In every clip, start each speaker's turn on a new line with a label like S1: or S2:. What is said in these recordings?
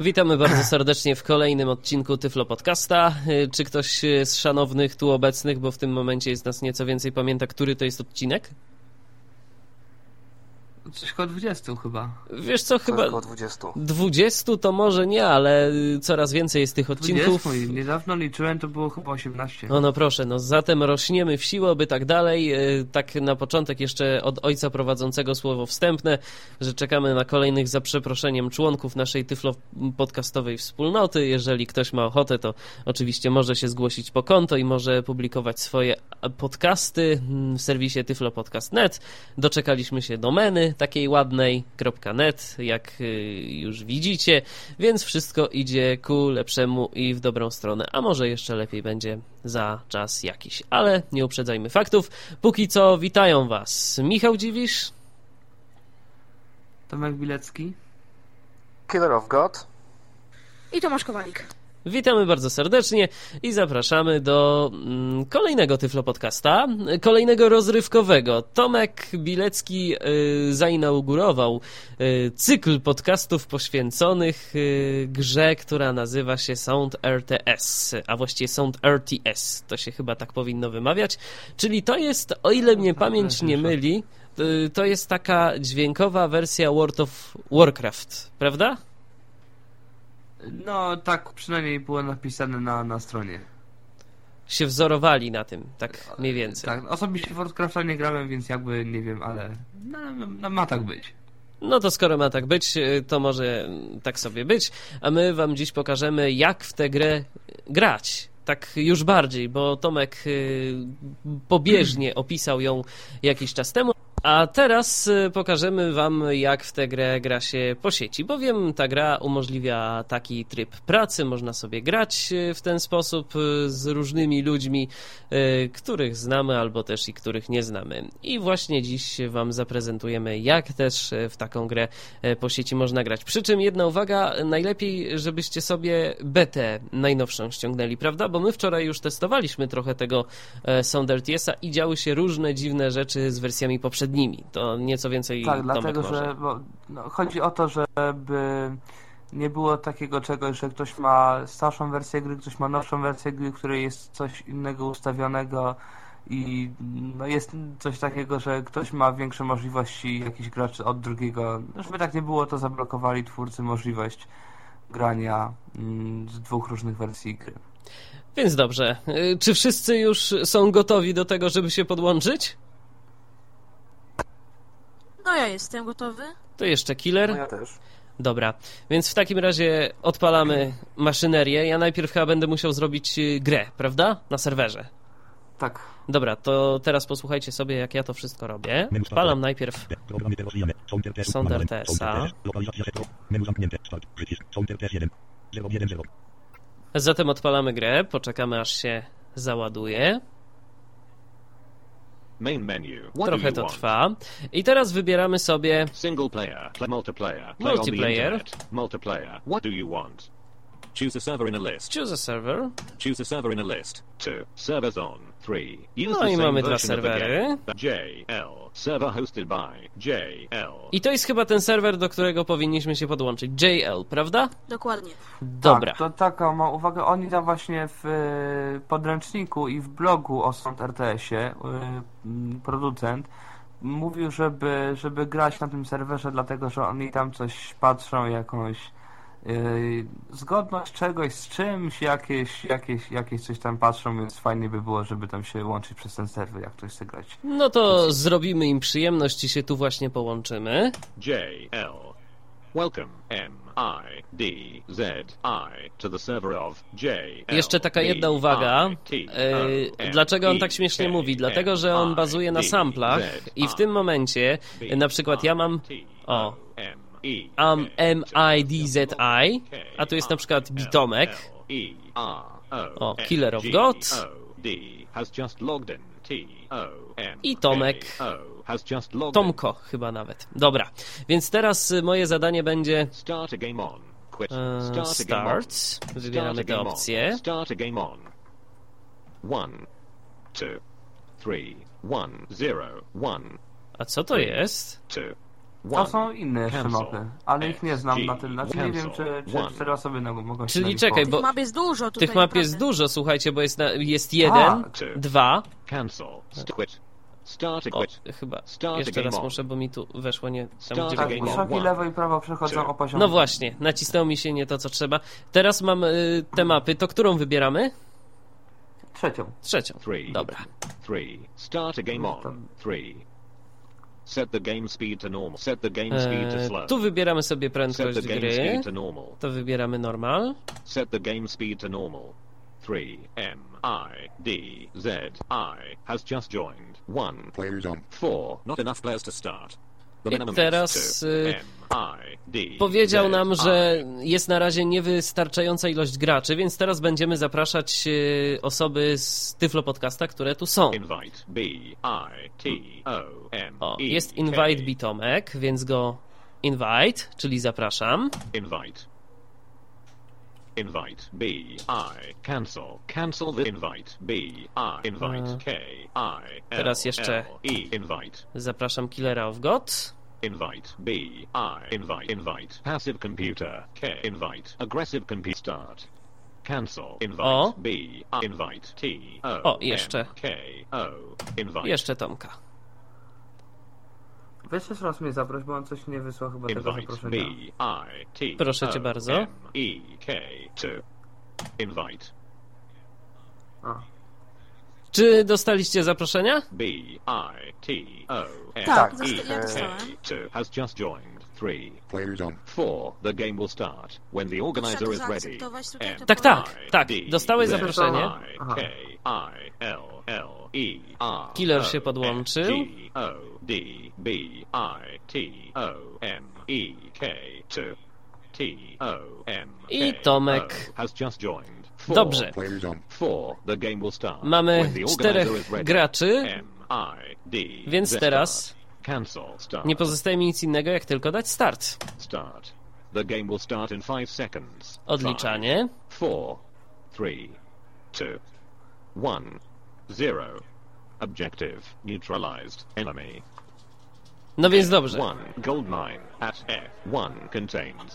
S1: Witamy bardzo serdecznie w kolejnym odcinku Tyflo Podcasta. Y, Czy ktoś y, z szanownych tu obecnych, bo w tym momencie jest nas nieco więcej, pamięta, który to jest odcinek?
S2: Coś koło 20 chyba.
S1: Wiesz co,
S3: Chyba...
S1: chyba
S3: Około 20.
S1: 20 to może nie, ale y, coraz więcej jest tych odcinków.
S2: 20 i niedawno liczyłem, to było chyba 18.
S1: No, no proszę, no zatem rośniemy w siłę, by tak dalej. E, Tak na początek jeszcze od ojca prowadzącego słowo wstępne, że czekamy na kolejnych za przeproszeniem członków naszej tyflo podcastowej wspólnoty. Jeżeli ktoś ma ochotę, to oczywiście może się zgłosić po konto i może publikować swoje a, podcasty mm, w serwisie tyflopodcast.net. Doczekaliśmy się domeny takiej ładnej .net, jak y, już widzicie, więc wszystko idzie ku lepszemu i w dobrą stronę, a może jeszcze lepiej będzie za czas jakiś. Ale nie uprzedzajmy faktów. Póki co witają Was Michał Dziwisz,
S2: Tomek Bilecki.
S3: Killer of God.
S4: I Tomasz Kowalik.
S1: Witamy bardzo serdecznie i zapraszamy do mm, kolejnego Tyflo Podcasta, kolejnego rozrywkowego. Tomek Bilecki y, zainaugurował y, cykl podcastów poświęconych y, grze, która nazywa się Sound RTS, a właściwie Sound RTS, to się chyba tak powinno wymawiać, czyli to jest, o ile mnie pamięć nie myli, y, to jest taka dźwiękowa wersja World of Warcraft, prawda?
S2: No tak przynajmniej było napisane na, na stronie.
S1: Się wzorowali na tym, tak mniej więcej.
S2: Tak, osobiście w Warcrafta nie grałem, więc jakby nie wiem, ale no, no, no, ma tak być.
S1: No to skoro ma tak być, y, to może mm, tak sobie być, a my wam dziś pokażemy, jak w tę grę grać. Tak już bardziej, bo Tomek y, pobieżnie opisał ją jakiś czas temu. A teraz y, pokażemy wam, jak w tę grę gra się po sieci, bowiem ta gra umożliwia taki tryb pracy, można sobie grać y, w ten sposób y, z różnymi ludźmi, y, których znamy albo też i których nie znamy. I właśnie dziś Wam zaprezentujemy, jak też y, w taką grę y, po sieci można grać. Przy czym jedna uwaga, y, najlepiej, żebyście sobie betę najnowszą ściągnęli, prawda? Bo my wczoraj już testowaliśmy trochę tego e, Sound RTS-a i działy się różne dziwne rzeczy z wersjami poprzednimi. To nieco więcej
S2: tak,
S1: Tomek
S2: dlatego
S1: może.
S2: że bo, no, chodzi o to, żeby nie było takiego czegoś, że ktoś ma starszą wersję gry, ktoś ma nowszą wersję gry, w której jest coś innego ustawionego i no, jest coś takiego, że ktoś ma większe możliwości jakiś gracz od drugiego. No, Żeby tak nie było, to zablokowali twórcy możliwość grania mm, z dwóch różnych wersji gry.
S1: Więc dobrze. Y, Czy wszyscy już są gotowi do tego, żeby się podłączyć?
S4: No ja jestem gotowy.
S1: To jeszcze killer.
S3: No ja też.
S1: Dobra, więc w takim razie odpalamy maszynerię. Ja najpierw chyba będę musiał zrobić y, grę, prawda? Na serwerze.
S2: Tak,
S1: Dobra, to teraz posłuchajcie sobie, jak ja to wszystko robię. Odpalam najpierw. Sound RTS-a.
S5: Menu zamknięte. Start. Przycisk. Sound RTS 1. 0, 1, 0.
S1: Zatem odpalamy grę, poczekamy aż się załaduje.
S6: Main menu. What do
S1: Trochę
S6: you
S1: to
S6: want?
S1: trwa. I teraz wybieramy sobie.
S6: Single player, pl- multiplayer, play on the
S1: Multiplayer.
S6: internet, multiplayer. What do you want?
S7: Choose a server in a list.
S1: Choose a server.
S7: Choose a server in a list.
S6: Two. Servers on. Three. Use
S1: No
S6: the
S1: i
S6: same
S1: mamy dwa
S6: version of the
S1: serwery.
S6: game. JL. Server hosted by JL.
S1: I to jest chyba ten serwer, do którego powinniśmy się podłączyć. JL, prawda?
S4: Dokładnie.
S1: Dobra.
S2: Tak, to taka ma uwaga. Oni tam właśnie w e, podręczniku i w blogu o Sąd RTS-ie e, m, producent mówił, żeby, żeby grać na tym serwerze, dlatego że oni tam coś patrzą, jakąś e, zgodność czegoś z czymś, jakieś, jakieś, jakieś coś tam patrzą, więc fajnie by było, żeby tam się łączyć przez ten serwer, jak ktoś chce grać.
S1: No to zrobimy im przyjemność i się tu właśnie połączymy.
S6: JL. Welcome M I D Z I to the server of JL.
S1: Jeszcze taka jedna uwaga. E, Dlaczego on tak śmiesznie mówi? Dlatego, że on bazuje na samplach i w tym momencie, e, na przykład ja mam, o, am M I D Z I, a tu jest na przykład Bitomek.
S6: O, Killer of God. I Tomek. Tomko.
S1: Tomko chyba nawet. Dobra, więc teraz y, moje zadanie będzie
S6: Start a game on. Quit.
S1: e,
S6: Start a game on.
S1: start. Wybieramy te opcje.
S6: Start a game on. One, two, three, one, zero, one,
S1: A co to jest?
S6: two,
S2: To
S6: one.
S2: są inne jeszcze
S6: Cancel.
S2: mapy, ale ich nie znam na tym. Znaczy nie wiem, czy,
S6: Cancel.
S2: czy cztery osoby no, mogą się
S1: Czyli
S2: na nich
S1: czekaj,
S2: po-
S1: Bo-
S4: Tych map jest dużo tutaj,
S1: Tych map
S4: naprawdę.
S1: jest dużo, słuchajcie, bo jest, na, jest jeden,
S6: Two.
S1: dwa,
S6: Cancel. Quit. Start
S1: o,
S6: quit.
S1: chyba,
S6: Start
S1: jeszcze
S6: again
S1: raz
S6: more.
S1: muszę, bo mi tu weszło nie tam,
S6: Start
S1: gdzie
S6: again
S2: Tak,
S1: powinno.
S6: more.
S2: krzaki
S6: One.
S2: lewo i prawo przechodzą
S6: Two.
S2: o poziom.
S1: No właśnie, nacisnęło mi się nie to, co trzeba. Teraz mam y, te mapy, to którą wybieramy?
S2: Trzecią.
S1: Trzecią.
S6: Three.
S1: Dobra.
S6: Three. Start a game on. Three. Set the game speed to normal. Set the game speed to
S1: E,
S6: slow.
S1: tu wybieramy sobie
S6: Set
S1: prędkość
S6: the game
S1: gry.
S6: speed to normal.
S1: To wybieramy normal.
S6: Set the game speed to normal. 3 M I D Z I has just joined. 1
S5: Player zone.
S6: 4
S7: Not enough players to start. The
S1: I
S7: minimum is
S1: teraz
S6: 2
S1: y,
S6: M I D.
S1: powiedział
S6: Z,
S1: nam,
S6: I.
S1: że jest na razie niewystarczająca ilość graczy, więc teraz będziemy zapraszać y, osoby z Tyflo Podcasta, które tu są.
S6: invite B I T O M
S1: O,
S6: E
S1: jest
S6: K.
S1: invite Bitomek, więc go invite, czyli zapraszam.
S6: invite Invite B I cancel cancel the invite B I invite K I L,
S1: Mm. Teraz jeszcze-
S6: L, E invite
S1: Zapraszam Killera of God.
S6: Invite B I invite invite passive computer K invite aggressive computer start cancel invite
S1: O.
S6: B I invite T O
S1: O, jeszcze.
S6: M, K O invite
S1: Jeszcze Tomka.
S2: Weź jeszcze raz mnie zaproś, bo on coś nie wysłał chyba tego
S6: invite B
S2: zaproszenia.
S6: I T
S1: Proszę cię
S6: O,
S1: bardzo.
S6: M, E K 2 invite
S2: A.
S1: Czy dostaliście zaproszenia?
S6: B I T O M
S4: Tak,
S6: E
S4: zosta- ja dostałem.
S6: K 2 has just joined 3
S5: Player zone.
S6: 4 the game will start when the organizer
S4: Trzeba
S6: is ready
S4: zaakceptować tutaj
S6: M,
S4: to
S1: Tak, tak,
S6: I,
S1: tak.
S6: D,
S1: Dostałeś
S6: Z,
S1: zaproszenie.
S2: Aha.
S6: I, K, I, L, L, E, R,
S1: Killer
S6: O,
S1: się podłączył.
S6: N, G, O, D, B, I, T, O, M, E, K, 2, T, O, M,
S1: I
S6: K,
S1: Tomek.
S6: O, has just joined. Four,
S1: Dobrze.
S5: Player zone.
S6: Four, the game will start.
S1: Mamy
S6: when the organizer is
S1: czterech
S6: ready.
S1: graczy,
S6: M, I, D,
S1: więc
S6: Z,
S1: teraz
S6: start. Cancel, start.
S1: nie pozostaje mi nic innego, jak tylko dać start.
S6: start. The game will start in 5 seconds. Five,
S1: Odliczanie.
S6: Four, three, two, one, zero. Objective neutralized. Enemy.
S1: No więc dobrze.
S6: One gold mine at F. One contains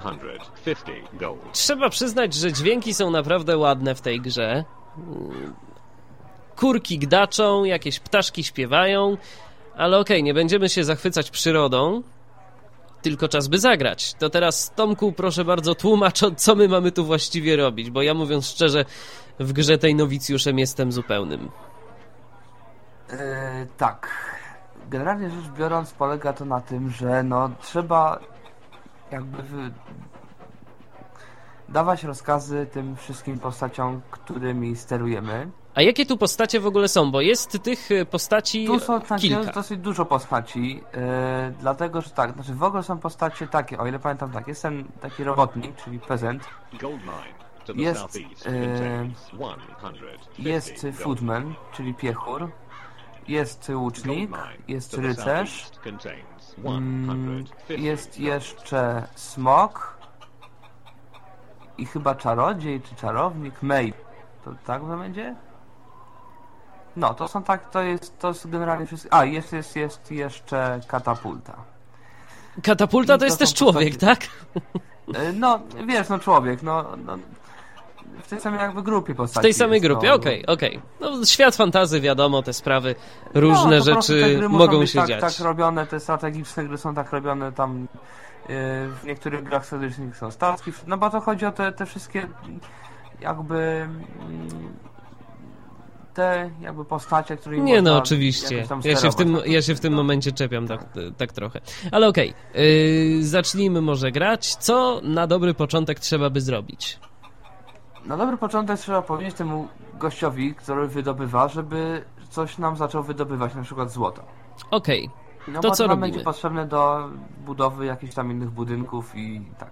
S6: 150 gold.
S1: Trzeba przyznać, że dźwięki są naprawdę ładne w tej grze. Mm, Kurki gdaczą, jakieś ptaszki śpiewają, ale okej, nie będziemy się zachwycać przyrodą, tylko czas by zagrać. To teraz, Tomku, proszę bardzo, tłumacz, o co my mamy tu właściwie robić, bo ja mówiąc szczerze, w grze tej nowicjuszem jestem zupełnym.
S2: E, tak. Generalnie rzecz biorąc polega to na tym, że no trzeba jakby wy... dawać rozkazy tym wszystkim postaciom, którymi sterujemy.
S1: A jakie tu postacie w ogóle są? Bo jest tych y, postaci
S2: Tu są tak, jest
S1: kilka.
S2: dosyć dużo postaci, e, dlatego że tak, znaczy w ogóle są postacie takie, o ile pamiętam tak, jest ten taki robotnik, czyli peasant,
S6: Gold mine to the
S2: Jest,
S6: southeast
S2: e,
S6: contains 150
S2: jest
S6: gold.
S2: foodman, czyli piechur, jest
S6: Gold
S2: łucznik,
S6: mine
S2: jest
S6: to the
S2: rycerz,
S6: southeast contains
S2: Mm,
S6: 150
S2: Jest
S6: gold.
S2: jeszcze smok i chyba czarodziej czy czarownik May. To tak to będzie? No, to są tak, to jest, to jest generalnie wszystko. A, jest, jest, jest jeszcze katapulta.
S1: Katapulta
S2: To
S1: to jest
S2: są
S1: też człowiek,
S2: postacie-
S1: tak?
S2: E, No, wiesz, no człowiek, no, no w tej samej jakby grupie
S1: W
S2: postaci.
S1: tej samej
S2: jest,
S1: grupie,
S2: no.
S1: okej, okej. No, świat fantazy, wiadomo, te sprawy, różne
S2: No, po prostu te
S1: rzeczy
S2: gry muszą
S1: mogą
S2: być
S1: się
S2: tak,
S1: dziać.
S2: Tak robione, te strategiczne gry są tak robione tam yy, w niektórych grach strategicznych są statki, no bo to chodzi o te, te wszystkie jakby mm, te jakby postacie, które
S1: Nie no,
S2: można
S1: oczywiście.
S2: jakoś tam
S1: Ja się w
S2: sterować.
S1: tym,
S2: No to-
S1: ja się w tym
S2: no.
S1: momencie czepiam tak, tak trochę. Ale okej, yy, zacznijmy może grać. Co na dobry początek trzeba by zrobić?
S2: Na No dobry początek trzeba powiedzieć temu gościowi, który wydobywa, żeby coś nam zaczął wydobywać, na przykład złoto.
S1: Okej,
S2: No
S1: To
S2: bo
S1: co
S2: nam
S1: robimy?
S2: będzie potrzebne do budowy jakichś tam innych budynków i tak.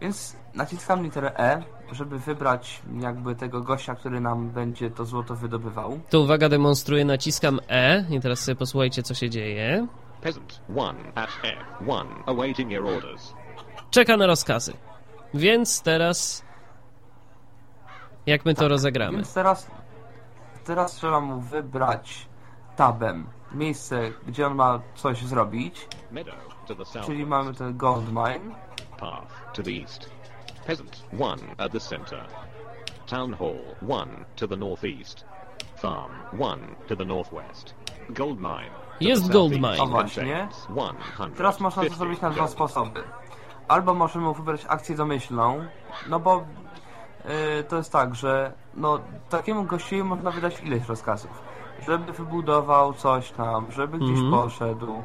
S2: Więc naciskam literę E, żeby wybrać jakby tego gościa, który nam będzie to złoto wydobywał.
S1: to uwaga, demonstruję, naciskam E i teraz sobie posłuchajcie, co się dzieje.
S6: Peasant 1 at F. 1 awaiting your orders.
S1: Czeka na rozkazy. Więc teraz...
S2: Tak,
S1: Jak my to rozegramy?
S2: Więc teraz, teraz trzeba mu wybrać tabem miejsce, gdzie on ma coś zrobić,
S6: Meadow to the south.
S2: czyli mamy ten gold mine.
S6: Path to the east. Peasant 1 at the center. Town Hall 1 to the northeast. Farm 1 to the northwest. Gold mine. to
S1: Jest
S6: the
S1: gold
S6: southeast.
S1: mine.
S2: O, właśnie.
S6: Contains 150
S2: Teraz można to zrobić na dwa
S6: gold.
S2: sposoby. Albo możemy wybrać akcję domyślną, no bo y, to jest tak, że no, takiemu gościowi można wydać ileś rozkazów. Żeby wybudował coś tam, żeby gdzieś poszedł, y,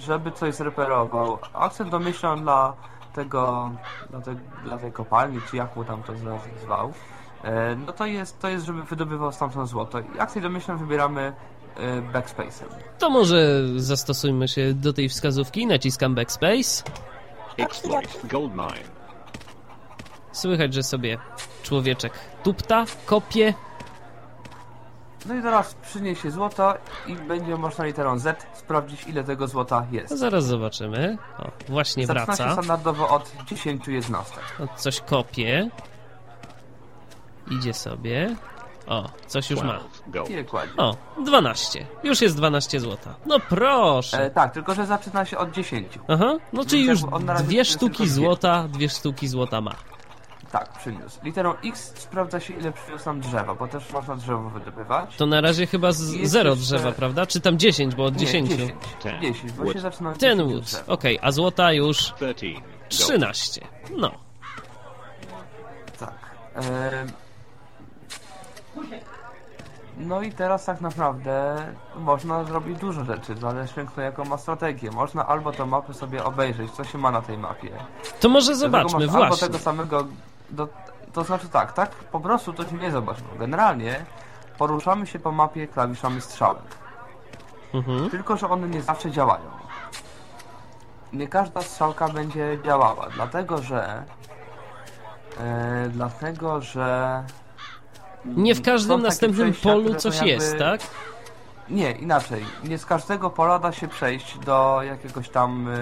S2: żeby coś zreperował. Akcję domyślną dla tego, dla, te, dla tej kopalni, czy jak mu tam to zwał, y, no to jest, to jest, żeby wydobywał stamtąd złoto. I akcję domyślną wybieramy y, backspace'em.
S1: To może zastosujmy się do tej wskazówki. Naciskam backspace.
S6: Exploit gold mine.
S1: Słychać, że sobie człowieczek tupta, kopie.
S2: No i teraz przyniesie złoto i będzie można literą Z sprawdzić ile tego złota
S1: To
S2: jest.
S1: zaraz zobaczymy. O, właśnie
S2: Zaczyna się
S1: wraca.
S2: standardowo od 10 jednostek.
S1: O, coś kopie. Idzie sobie. O, coś już ma.
S6: 12 gold.
S2: Ile kładzie?
S1: O, 12. Już jest 12 złota. No proszę.
S2: E, tak, tylko że zaczyna się od 10.
S1: Aha, no czyli już
S2: on na razie
S1: dwie
S2: jest tylko
S1: sztuki
S2: dwie.
S1: złota, dwie sztuki złota ma.
S2: Tak, przyniósł. Literą X sprawdza się ile przyniósł nam drzewa, bo też można drzewo wydobywać.
S1: To na razie chyba z
S2: Jest
S1: zero
S2: jeszcze-
S1: drzewa, prawda? Czy tam 10, bo od 10.
S2: Nie, 10.
S6: Ten
S2: 10, bo
S6: wood.
S2: się zaczyna od
S1: Ten
S2: 10
S1: wóz.
S2: drzew.
S1: Okej, a złota już
S6: 13 gold.
S1: 13. No.
S2: Tak. E, no i teraz tak naprawdę można zrobić dużo rzeczy, zależy kto jaką ma strategię. Można albo tę mapę sobie obejrzeć, co się ma na tej mapie.
S1: To może
S2: Dlatego
S1: zobaczmy,
S2: masz Albo
S1: właśnie.
S2: tego samego, do, to znaczy tak, tak po prostu to się nie zobaczy. Generalnie poruszamy się po mapie klawiszami strzałek.
S1: Mhm.
S2: Tylko, że one nie zawsze działają. Nie każda strzałka będzie działała, dlatego że... E, dlatego, że...
S1: Nie w
S2: Są
S1: każdym
S2: takie
S1: następnym
S2: przejścia, które
S1: polu
S2: to
S1: coś
S2: jakby-
S1: jest, tak?
S2: Nie, inaczej. Nie z każdego pola da się przejść do jakiegoś tam... E,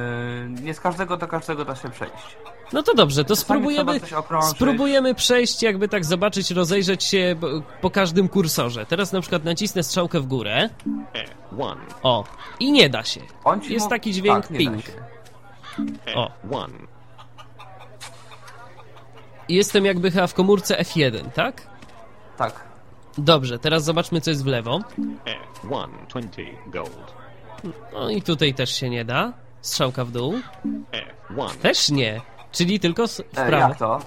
S2: nie z każdego do każdego da się przejść.
S1: No to dobrze, to
S2: Czasami
S1: spróbujemy,
S2: trzeba coś okrążyć.
S1: spróbujemy przejść, jakby tak zobaczyć, rozejrzeć się b- po każdym kursorze. Teraz na przykład nacisnę strzałkę w górę.
S6: F1.
S1: O, i nie da się.
S2: On ci
S1: Jest
S2: mu-
S1: taki dźwięk
S2: tak, nie da
S1: ping.
S2: się.
S1: O.
S6: F1.
S1: I Jestem jakby chyba w komórce F1, tak?
S2: Tak.
S1: Dobrze, teraz zobaczmy, co jest w lewo.
S6: F1. 20 gold.
S1: No i tutaj też się nie da. Strzałka w dół.
S6: F1.
S1: Też nie. Czyli tylko s- w
S2: E, jak
S1: prawo.
S2: to?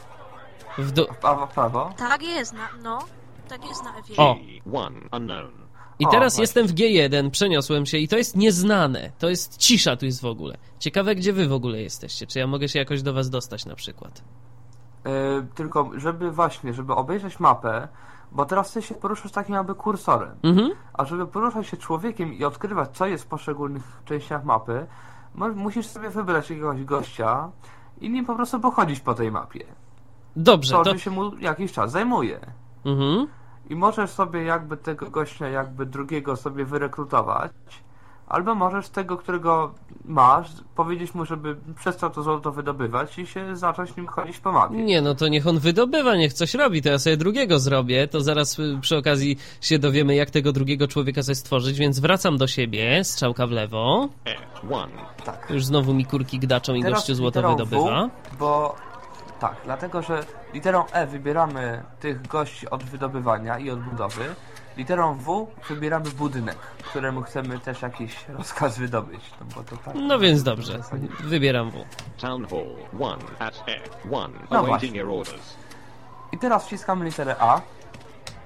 S1: W dół.
S2: W prawo, w prawo?
S4: Tak jest, na, no. Tak jest na Ewie.
S1: O.
S6: G1. Unknown.
S1: I
S2: O,
S1: teraz
S2: właśnie.
S1: jestem w G1, przeniosłem się i to jest nieznane. To jest cisza tu jest w ogóle. Ciekawe, gdzie wy w ogóle jesteście. Czy ja mogę się jakoś do was dostać na przykład?
S2: E, tylko, żeby właśnie, żeby obejrzeć mapę, bo teraz ty się poruszasz takim jakby kursorem,
S1: Mhm.
S2: a żeby poruszać się człowiekiem i odkrywać, co jest w poszczególnych częściach mapy, mo- musisz sobie wybrać jakiegoś gościa i nim po prostu pochodzić po tej mapie.
S1: Dobrze,
S2: To,
S1: to...
S2: że się mu jakiś czas zajmuje.
S1: Mhm.
S2: I możesz sobie jakby tego gościa, jakby drugiego sobie wyrekrutować, albo możesz tego, którego masz, powiedzieć mu, żeby przestał to złoto wydobywać i się zacząć nim chodzić po mapie.
S1: Nie, no to niech on wydobywa, niech coś robi, to ja sobie drugiego zrobię, to zaraz y, przy okazji się dowiemy, jak tego drugiego człowieka sobie stworzyć, więc wracam do siebie, strzałka w lewo,
S6: F1.
S2: tak.
S1: już znowu mi kurki gdaczą i
S2: Teraz
S1: gościu złoto
S2: literą
S1: wydobywa.
S2: W, bo tak, dlatego że literą E wybieramy tych gości od wydobywania i od budowy. Literą W wybieramy budynek, któremu chcemy też jakiś rozkaz wydobyć. No, bo to tak,
S1: No więc dobrze,
S2: w zasadzie.
S1: wybieram W.
S6: Town Hall 1 at F1.
S1: Oh,
S2: No
S6: awaiting
S2: właśnie.
S6: your orders.
S2: I teraz wciskamy literę A.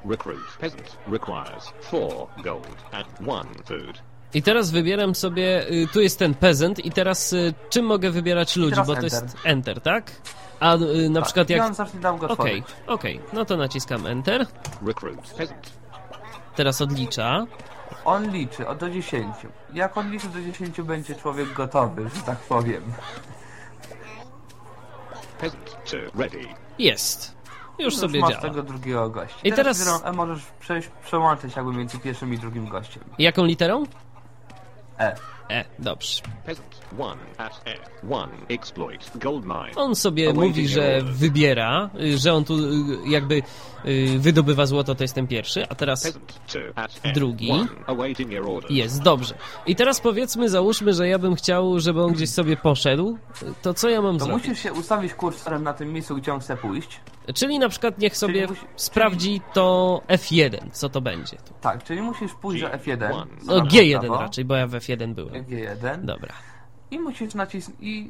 S6: Recruit peasant requires 4 gold at 1 food.
S1: I teraz wybieram sobie, y, tu jest ten peasant i teraz y, czym mogę wybierać ludzi,
S2: teraz
S1: bo to
S2: enter.
S1: jest enter, tak? A y, na
S2: tak,
S1: przykład
S2: I
S1: jak...
S2: on zacznie nam go
S1: Okej,
S2: tworzyć.
S1: okej, no to naciskam enter,
S6: Recruit peasant.
S1: teraz odlicza,
S2: On liczy od do 10. Jak on liczy do 10 będzie człowiek gotowy, że tak powiem.
S6: Peasant 2 ready.
S1: jest, już sobie
S2: masz
S1: działa.
S2: tego drugiego gościa.
S1: I teraz-
S2: literą E możesz przejść, przełączyć jakby między pierwszym i drugim gościem.
S1: Jaką literą?
S2: E.
S1: E, dobrze.
S6: Peasant 1 at F1 exploit gold mine.
S1: On sobie mówi, że wybiera, y, że on tu y, jakby y, wydobywa złoto, to jest ten pierwszy, a teraz
S6: Peasant 2 at F1
S1: Drugi.
S6: awaiting your orders.
S1: jest, dobrze. I teraz powiedzmy, załóżmy, że ja bym chciał, żeby on gdzieś sobie poszedł, to co ja mam
S2: To
S1: zrobić?
S2: musisz się ustawić kursorem na tym miejscu, gdzie on chce pójść.
S1: Czyli na przykład niech sobie
S2: musi- czyli-
S1: sprawdzi to F1, co to będzie.
S2: Tak, czyli musisz pójść za F1.
S6: G1.
S1: No
S2: na
S1: G1
S2: prawo,
S1: raczej, No. bo ja w F1 byłem.
S2: G1.
S1: Dobra.
S2: I musisz nacisnąć. I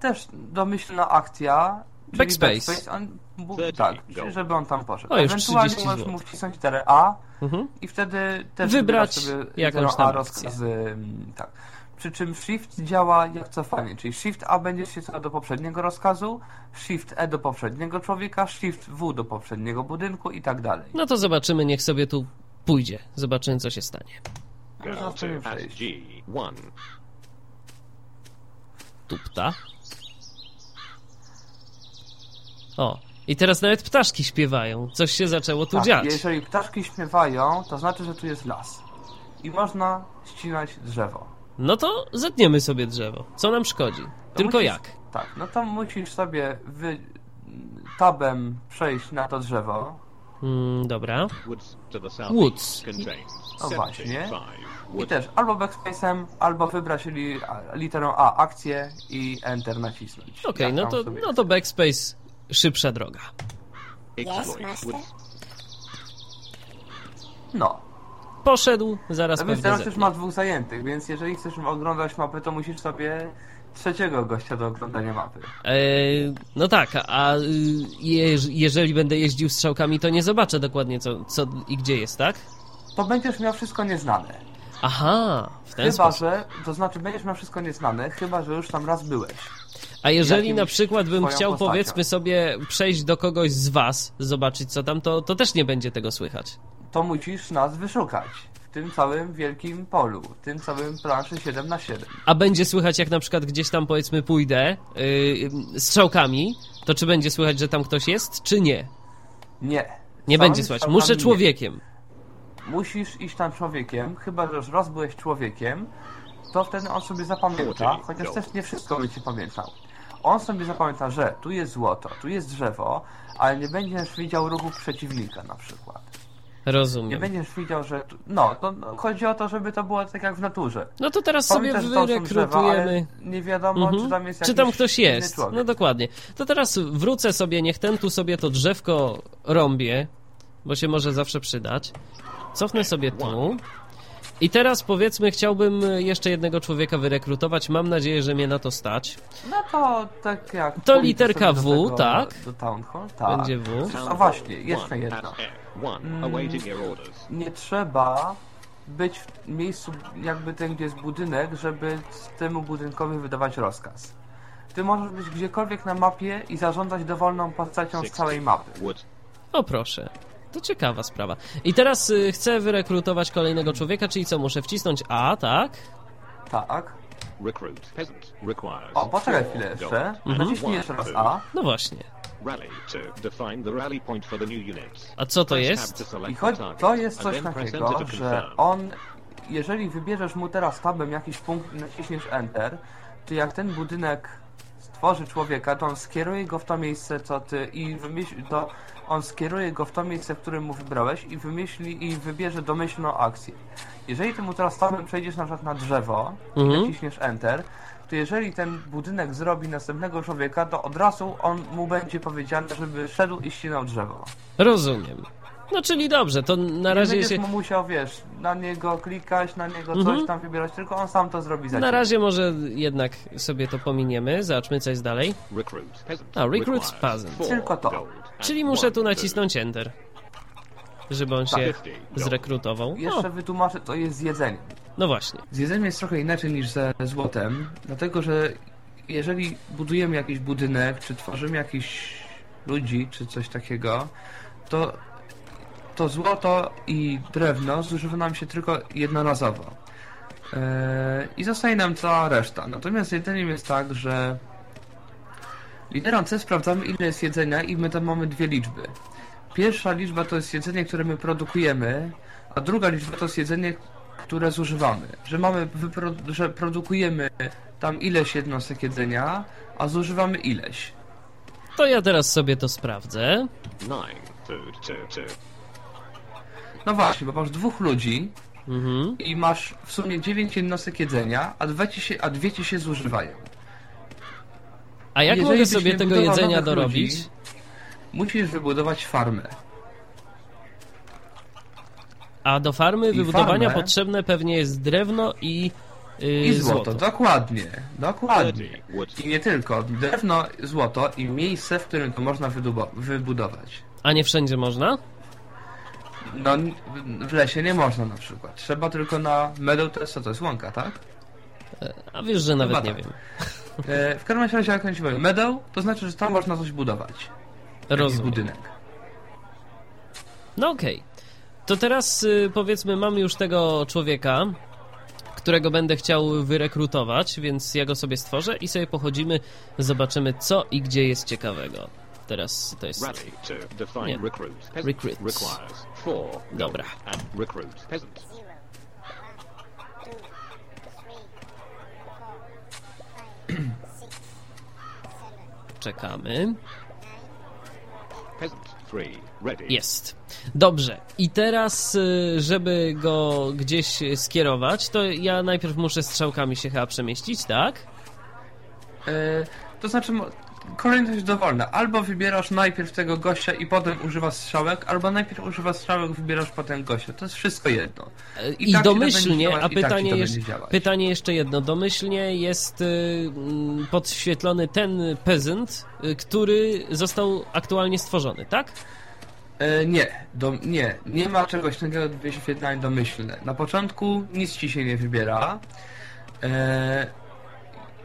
S2: też domyślna akcja. czyli
S1: Backspace.
S2: On, bu-
S6: Thirty,
S2: tak,
S6: go.
S2: żeby on tam poszedł.
S1: O, już 30
S2: Ewentualnie możesz
S1: zł.
S2: mu wcisnąć literę A
S1: Mhm.
S2: i wtedy też
S1: Wybrać
S2: wybierasz
S1: jakąś
S2: zero
S1: tam
S2: A
S1: akcję.
S2: rozkaz. ym, Tak. Przy czym Shift działa jak cofanie, czyli Shift A będzie się cofał do poprzedniego rozkazu, Shift E do poprzedniego człowieka, Shift W do poprzedniego budynku i tak dalej.
S1: No to zobaczymy, niech sobie tu pójdzie. Zobaczymy, co się stanie.
S6: Go
S2: Można
S6: to
S2: sobie
S6: at
S2: przejść.
S6: G1.
S1: Tu pta. O, i teraz nawet ptaszki śpiewają. Coś się zaczęło tu
S2: Tak,
S1: dziać.
S2: jeżeli ptaszki śpiewają, to znaczy, że tu jest las. I można ścinać drzewo.
S1: No to zetniemy sobie drzewo. Co nam szkodzi? Tylko
S2: musisz-
S1: jak?
S2: Tak, no to musisz sobie wy... tabem przejść na to drzewo.
S1: Mm, dobra.
S6: Woods to the south.
S1: Woods.
S6: Contains
S2: O, właśnie.
S6: 75
S2: I
S6: wood
S2: też albo backspace'em, albo wybrać li- a- literą A akcję i Enter nacisnąć.
S1: Okej,
S2: Jak
S1: no,
S2: tam
S1: to,
S2: sobie-
S1: no to backspace szybsza droga.
S6: exploit.
S8: master.
S6: Woods
S2: No.
S1: Poszedł, zaraz
S2: No więc
S1: pewnie
S2: teraz już
S1: zetnie.
S2: ma dwóch zajętych, więc jeżeli chcesz oglądać mapy, to musisz sobie trzeciego gościa do oglądania mapy.
S1: Eee, no tak, a- a y, jeż, jeżeli będę jeździł strzałkami, to nie zobaczę dokładnie co, co i gdzie jest, tak?
S2: To będziesz miał wszystko nieznane.
S1: Aha, w ten
S2: Chyba,
S1: sposób.
S2: że, to znaczy będziesz miał wszystko nieznane, chyba, że już tam raz byłeś.
S1: A jeżeli na
S2: jakimś
S1: przykład bym
S2: twoją
S1: chciał,
S2: postacią.
S1: powiedzmy sobie, przejść do kogoś z was, zobaczyć co tam, to, to też nie będzie tego słychać.
S2: to musisz nas wyszukać w tym całym wielkim polu, w tym całym planszy 7 na 7
S1: A będzie słychać, jak na przykład gdzieś tam, powiedzmy, pójdę yy, strzałkami, to czy będzie słychać, że tam ktoś jest, czy nie?
S2: Nie.
S1: Nie
S2: Sam
S1: będzie słychać.
S2: tam
S1: Muszę
S2: nie.
S1: człowiekiem.
S2: Musisz iść tam człowiekiem, chyba że już raz byłeś człowiekiem, to wtedy on sobie zapamięta,
S6: Człowiek,
S2: chociaż
S6: no.
S2: też nie wszystko będzie pamiętał. On sobie zapamięta, że tu jest złoto, tu jest drzewo, ale nie będziesz widział ruchów przeciwnika na przykład. Nie
S1: Rozumiem.
S2: będziesz widział, że... Tu... No, to no, chodzi o to, żeby to było tak jak w naturze.
S1: No to teraz sobie
S2: Pamiętasz, że to są drzewa, ale
S1: wyrekrutujemy.
S2: nie wiadomo,
S1: Mhm.
S2: No, czy tam jest
S1: Czy tam
S2: jakiś
S1: ktoś
S2: inny
S1: jest?
S2: człowiek.
S1: No dokładnie. To teraz wrócę sobie, niech ten tu sobie to drzewko rąbie, bo się może zawsze przydać. Cofnę sobie tu. I teraz powiedzmy, chciałbym jeszcze jednego człowieka wyrekrutować. Mam nadzieję, że mnie na to stać.
S2: No to tak jak.
S1: To
S2: pójdę
S1: literka
S2: sobie
S1: W,
S2: do tego,
S1: tak?
S2: Do town hall, tak.
S1: Będzie W.
S2: A właśnie, jeszcze jedno.
S6: F1 awaiting your orders.
S2: Nie trzeba być w miejscu, jakby ten, gdzie jest budynek, żeby temu budynkowi wydawać rozkaz. Ty możesz być gdziekolwiek na mapie i zarządzać dowolną postacią z całej mapy.
S6: Wood
S1: O proszę. To ciekawa sprawa. I teraz y, chcę wyrekrutować kolejnego człowieka, czyli co, muszę wcisnąć A, tak?
S2: Tak.
S6: recruit peasant requires.
S2: O, poczekaj chwilę jeszcze.
S1: Mhm.
S2: Naciśnij jeszcze raz A.
S1: No właśnie.
S6: Rally to define the rally point for the new units.
S1: A co to
S6: Press
S1: jest?
S6: tab to select
S2: I chodzi,
S6: the target,
S2: to jest
S6: and
S2: coś
S6: then press
S2: takiego,
S6: enter to
S2: że
S6: confirm.
S2: on, jeżeli wybierzesz mu teraz tabem jakiś punkt i naciśniesz Enter, to jak ten budynek stworzy człowieka, to on skieruje go w to miejsce, co ty i wymyśli, to on skieruje go w to miejsce, w którym mu wybrałeś i wymyśli i wybierze domyślną akcję. Jeżeli ty mu teraz tabem przejdziesz na przykład na drzewo i
S1: Mhm.
S2: naciśniesz Enter, to jeżeli ten budynek zrobi następnego człowieka, to od razu on mu będzie powiedziane, żeby szedł i ścinał drzewo.
S1: Rozumiem. No czyli dobrze, to na
S2: Nie
S1: razie
S2: będziesz
S1: się...
S2: mu musiał, wiesz, na niego klikać, na niego coś
S1: Mhm.
S2: tam wybierać, tylko on sam to zrobi za
S1: Na
S2: ciebie.
S1: razie może jednak sobie to pominiemy, zobaczmy co jest dalej.
S6: Recruit peasant.
S1: A, Ah, recruit
S6: requires
S1: peasant.
S6: four
S2: Tylko to.
S6: gold and
S1: Czyli muszę tu
S6: one
S1: nacisnąć Enter, żeby on się zrekrutował. O,
S2: Jeszcze wytłumaczę, to jest z jedzeniem.
S1: no właśnie.
S2: Z jedzeniem jest trochę inaczej niż ze złotem, dlatego że jeżeli budujemy jakiś budynek, czy tworzymy jakichś ludzi, czy coś takiego, to to złoto i drewno zużywa nam się tylko jednorazowo. Eee, I zostaje nam cała reszta. Natomiast z jedzeniem jest tak, że literą C sprawdzamy ile jest jedzenia i my tam mamy dwie liczby. Pierwsza liczba to jest jedzenie, które my produkujemy, a druga liczba to jest jedzenie, które zużywamy. Że mamy, wypro- że produkujemy tam ileś jednostek jedzenia, a zużywamy ileś.
S1: To ja teraz sobie to sprawdzę.
S6: 9, 2, 2, 2.
S2: No właśnie, bo masz dwóch ludzi
S1: Mhm.
S2: i masz w sumie dziewięć jednostek jedzenia, a dwie ci się, a dwie ci się zużywają.
S1: A jak
S2: Jeżeli
S1: mogę
S2: byś
S1: sobie
S2: nie
S1: tego
S2: budował
S1: jedzenia
S2: nowych
S1: dorobić?
S2: ludzi- Musisz wybudować farmę.
S1: A do farmy
S2: I
S1: wybudowania
S2: farmę.
S1: potrzebne pewnie jest drewno i, yy,
S2: I złoto, dokładnie, dokładnie.
S6: 30 wood.
S2: I nie tylko, drewno, złoto i miejsce, w którym to można wydubo- wybudować.
S1: A nie wszędzie można?
S2: No, n- w lesie nie można na przykład. Trzeba tylko na meadow, to jest co to jest łąka, tak?
S1: A wiesz, że nawet
S2: Chyba
S1: nie
S2: tak.
S1: wiem.
S2: E, w każdym razie, jak oni się mówią, meadow, to znaczy, że tam można coś budować. Jakiś
S1: Rozumiem.
S2: budynek.
S1: No okej. To teraz y, powiedzmy, mam już tego człowieka, którego będę chciał wyrekrutować, więc ja go sobie stworzę i sobie pochodzimy, zobaczymy co i gdzie jest ciekawego. Teraz to jest.
S6: Rally to define
S1: Yeah.
S6: recruit. Peasant
S1: Recruits.
S6: requires four gold
S1: Dobra.
S6: and recruit peasants.
S1: Czekamy.
S6: Peasant three ready.
S1: Jest. Dobrze. I teraz, y, żeby go gdzieś skierować, to ja najpierw muszę strzałkami się chyba przemieścić, tak?
S2: E, to znaczy, mo- kolejność jest dowolna. Albo wybierasz najpierw tego gościa i potem używasz strzałek, albo najpierw używasz strzałek, wybierasz potem gościa. To jest wszystko jedno.
S1: I,
S2: tak ci to będzie
S1: domyślnie,
S2: działać,
S1: a
S2: i tak ci
S1: pytanie,
S2: to
S1: jeszcze,
S2: będzie działać.
S1: pytanie jeszcze jedno, domyślnie jest y, mm, podświetlony ten peasant, y, który został aktualnie stworzony, tak?
S2: E, nie, do, nie, nie ma czegoś takiego jak wyświetlanie domyślne. Na początku nic ci się nie wybiera. E,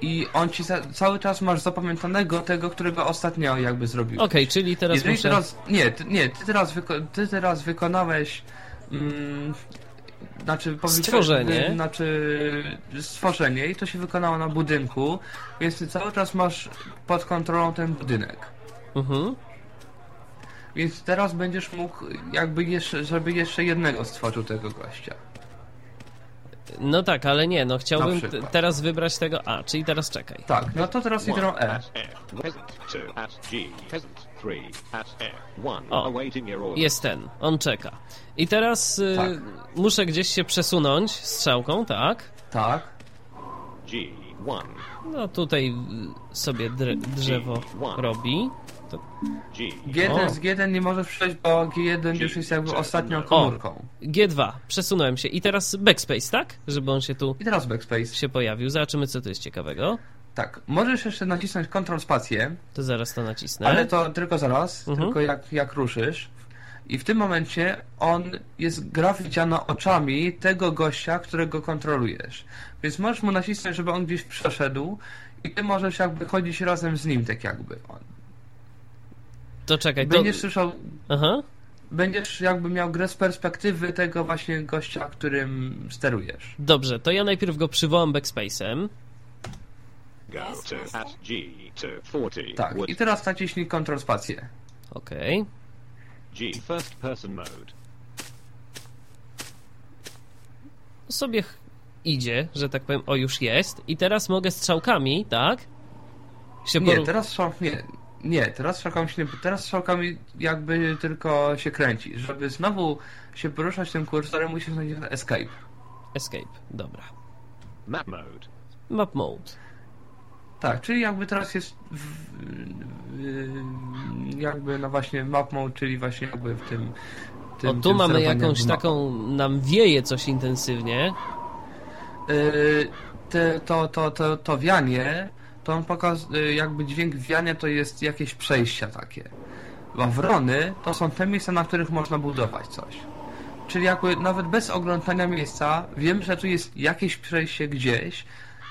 S2: I on ci za, cały czas masz zapamiętanego tego, którego ostatnio jakby zrobił.
S1: Okej, czyli teraz
S2: Jeżeli
S1: muszę...
S2: teraz. Nie, ty, nie, ty teraz, wyko, ty teraz wykonałeś. Mm, znaczy, powiedziałeś-
S1: Stworzenie.
S2: y, Znaczy, stworzenie i to się wykonało na budynku, więc ty cały czas masz pod kontrolą ten budynek.
S1: Mhm.
S2: Więc teraz będziesz mógł, jakby jeszcze, żeby jeszcze jednego stworzył tego gościa.
S1: No tak, ale nie, no chciałbym t-
S2: przykład.
S1: teraz wybrać tego... A, czyli teraz czekaj.
S2: Tak, no to teraz
S6: One
S2: literą E.
S6: at F. Peasant two at G. Peasant three at F. One
S1: O.
S6: awaiting your order.
S1: Jest ten, on czeka. I teraz y,
S2: Tak.
S1: muszę gdzieś się przesunąć strzałką, tak?
S2: Tak.
S6: G one
S1: No tutaj y, sobie dr- drzewo robi. To
S6: G.
S2: G1
S1: O.
S2: z G1 nie możesz przejść, bo G1 już jest jakby ostatnią komórką.
S1: G2, przesunąłem się. I teraz backspace, tak? Żeby on się tu
S2: I teraz backspace.
S1: się pojawił. Zobaczymy, co tu jest ciekawego.
S2: Tak, możesz jeszcze nacisnąć Ctrl spację,
S1: To zaraz to nacisnę.
S2: ale to tylko zaraz,
S1: Mhm.
S2: tylko jak, jak ruszysz. I w tym momencie on jest gra widziana oczami tego gościa, którego kontrolujesz. Więc możesz mu nacisnąć, żeby on gdzieś przeszedł i ty możesz jakby chodzić razem z nim, tak jakby.
S1: To czekaj, to...
S2: Będziesz słyszał
S1: Aha.
S2: Będziesz jakby miał grę z perspektywy tego właśnie gościa, którym sterujesz.
S1: Dobrze, to ja najpierw go przywołam backspace'em.
S6: Go to at G to forty.
S2: Tak.
S6: Would
S2: I teraz naciśnij Ctrl spację.
S1: Okej.
S6: G first person mode.
S1: Sobie ch- idzie, że tak powiem. O, już jest. I teraz mogę strzałkami, tak? Się
S2: Nie,
S1: poru-
S2: teraz strzał... nie, nie, teraz strzałkami się nie... teraz strzałkami jakby tylko się kręci. Żeby znowu się poruszać tym kursorem, musisz nacisnąć escape.
S1: Escape, dobra.
S6: Map mode.
S1: Map mode.
S2: Tak, czyli jakby teraz jest w, yy, jakby no właśnie map mode, czyli właśnie jakby w tym, tym
S1: O, tu
S2: tym
S1: mamy
S2: sterowaniu
S1: jakąś
S2: mapą.
S1: taką... Nam wieje coś intensywnie.
S2: Y, te, to, to, to, to wianie, to on pokaz, y, jakby dźwięk wiania to jest jakieś przejścia takie. A wrony to są te miejsca, na których można budować coś. Czyli jakby nawet bez oglądania miejsca wiemy, że tu jest jakieś przejście gdzieś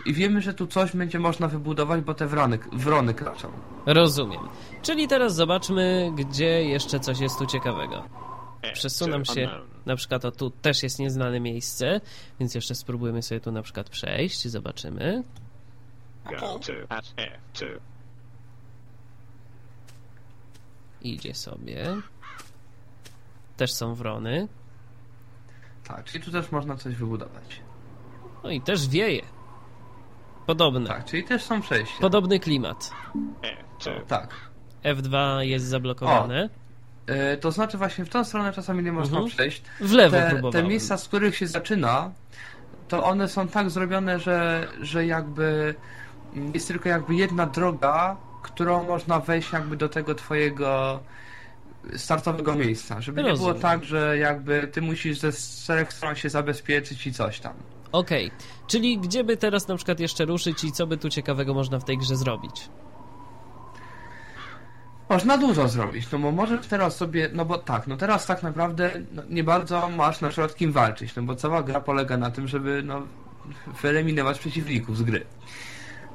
S2: i wiemy, że tu coś będzie można wybudować, bo te wrony, wrony kraczą.
S1: Rozumiem. Czyli teraz zobaczmy, gdzie jeszcze coś jest tu ciekawego.
S6: F
S1: Przesunam
S6: to
S1: się,
S6: unknown.
S1: na przykład o tu też jest nieznane miejsce, więc jeszcze spróbujemy sobie tu na przykład przejść, zobaczymy.
S6: Go to at F to
S1: Idzie sobie. Też są wrony.
S2: Tak, czyli tu też można coś wybudować.
S1: No i też wieje. Podobne.
S2: Tak, czyli też są przejścia.
S1: Podobny klimat.
S6: F2.
S2: tak.
S1: F2 jest zablokowane.
S2: E, to znaczy właśnie w tą stronę czasami nie można
S1: Mhm.
S2: przejść.
S1: W lewo
S2: Te, te
S1: próbowałem.
S2: miejsca, z których się zaczyna, to one są tak zrobione, że, że jakby mm, jest tylko jakby jedna droga, którą można wejść jakby do tego twojego startowego miejsca. Żeby nie było
S1: Rozumiem.
S2: tak, że jakby ty musisz ze czterech stron się zabezpieczyć i coś tam.
S1: Okej, czyli gdzie by teraz na przykład jeszcze ruszyć i co by tu ciekawego można w tej grze zrobić?
S2: Można dużo zrobić, no bo możesz teraz sobie, no bo tak, no teraz tak naprawdę no, nie bardzo masz na przykład kim walczyć, no bo cała gra polega na tym, żeby no, wyeliminować przeciwników z gry.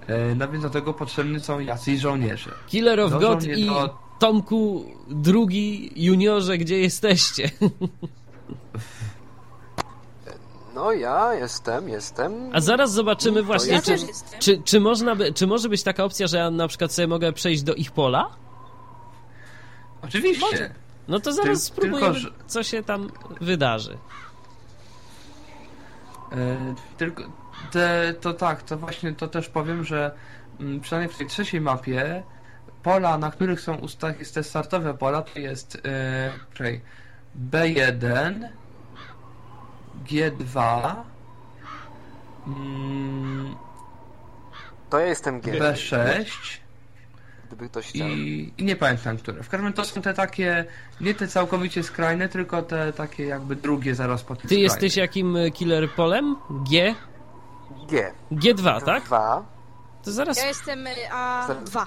S2: E, No więc do tego potrzebni są jacyś żołnierze.
S1: Killer of
S2: Dążą
S1: God
S2: mnie
S1: i
S2: do-
S1: Tomku drugi juniorze, gdzie jesteście?
S3: No ja jestem, jestem.
S1: A zaraz zobaczymy właśnie,
S4: Ja
S1: czy,
S4: też jestem.
S1: czy, czy, można by, czy może być taka opcja, że ja na przykład sobie mogę przejść do ich pola?
S2: Oczywiście.
S1: No to zaraz
S2: Tyl-
S1: spróbujemy,
S2: tylko, że-
S1: co się tam wydarzy.
S2: E, tylko te, to tak, to właśnie to też powiem, że mm, przynajmniej w tej trzeciej mapie pola, na których są usta, tak, jest te startowe pola, to jest e, czekaj, B1, G2, mm,
S3: To ja jestem G,
S2: B6
S3: gdyby ktoś chciał.
S2: i, i nie pamiętam które. W każdym razie to są te takie, nie te całkowicie skrajne, tylko te takie jakby drugie zaraz po tych
S1: Ty
S2: skrajnych.
S1: jesteś jakim y, killer polem? G?
S3: G.
S1: G2, tak?
S3: Dwa.
S1: To zaraz...
S4: Ja jestem y, A2.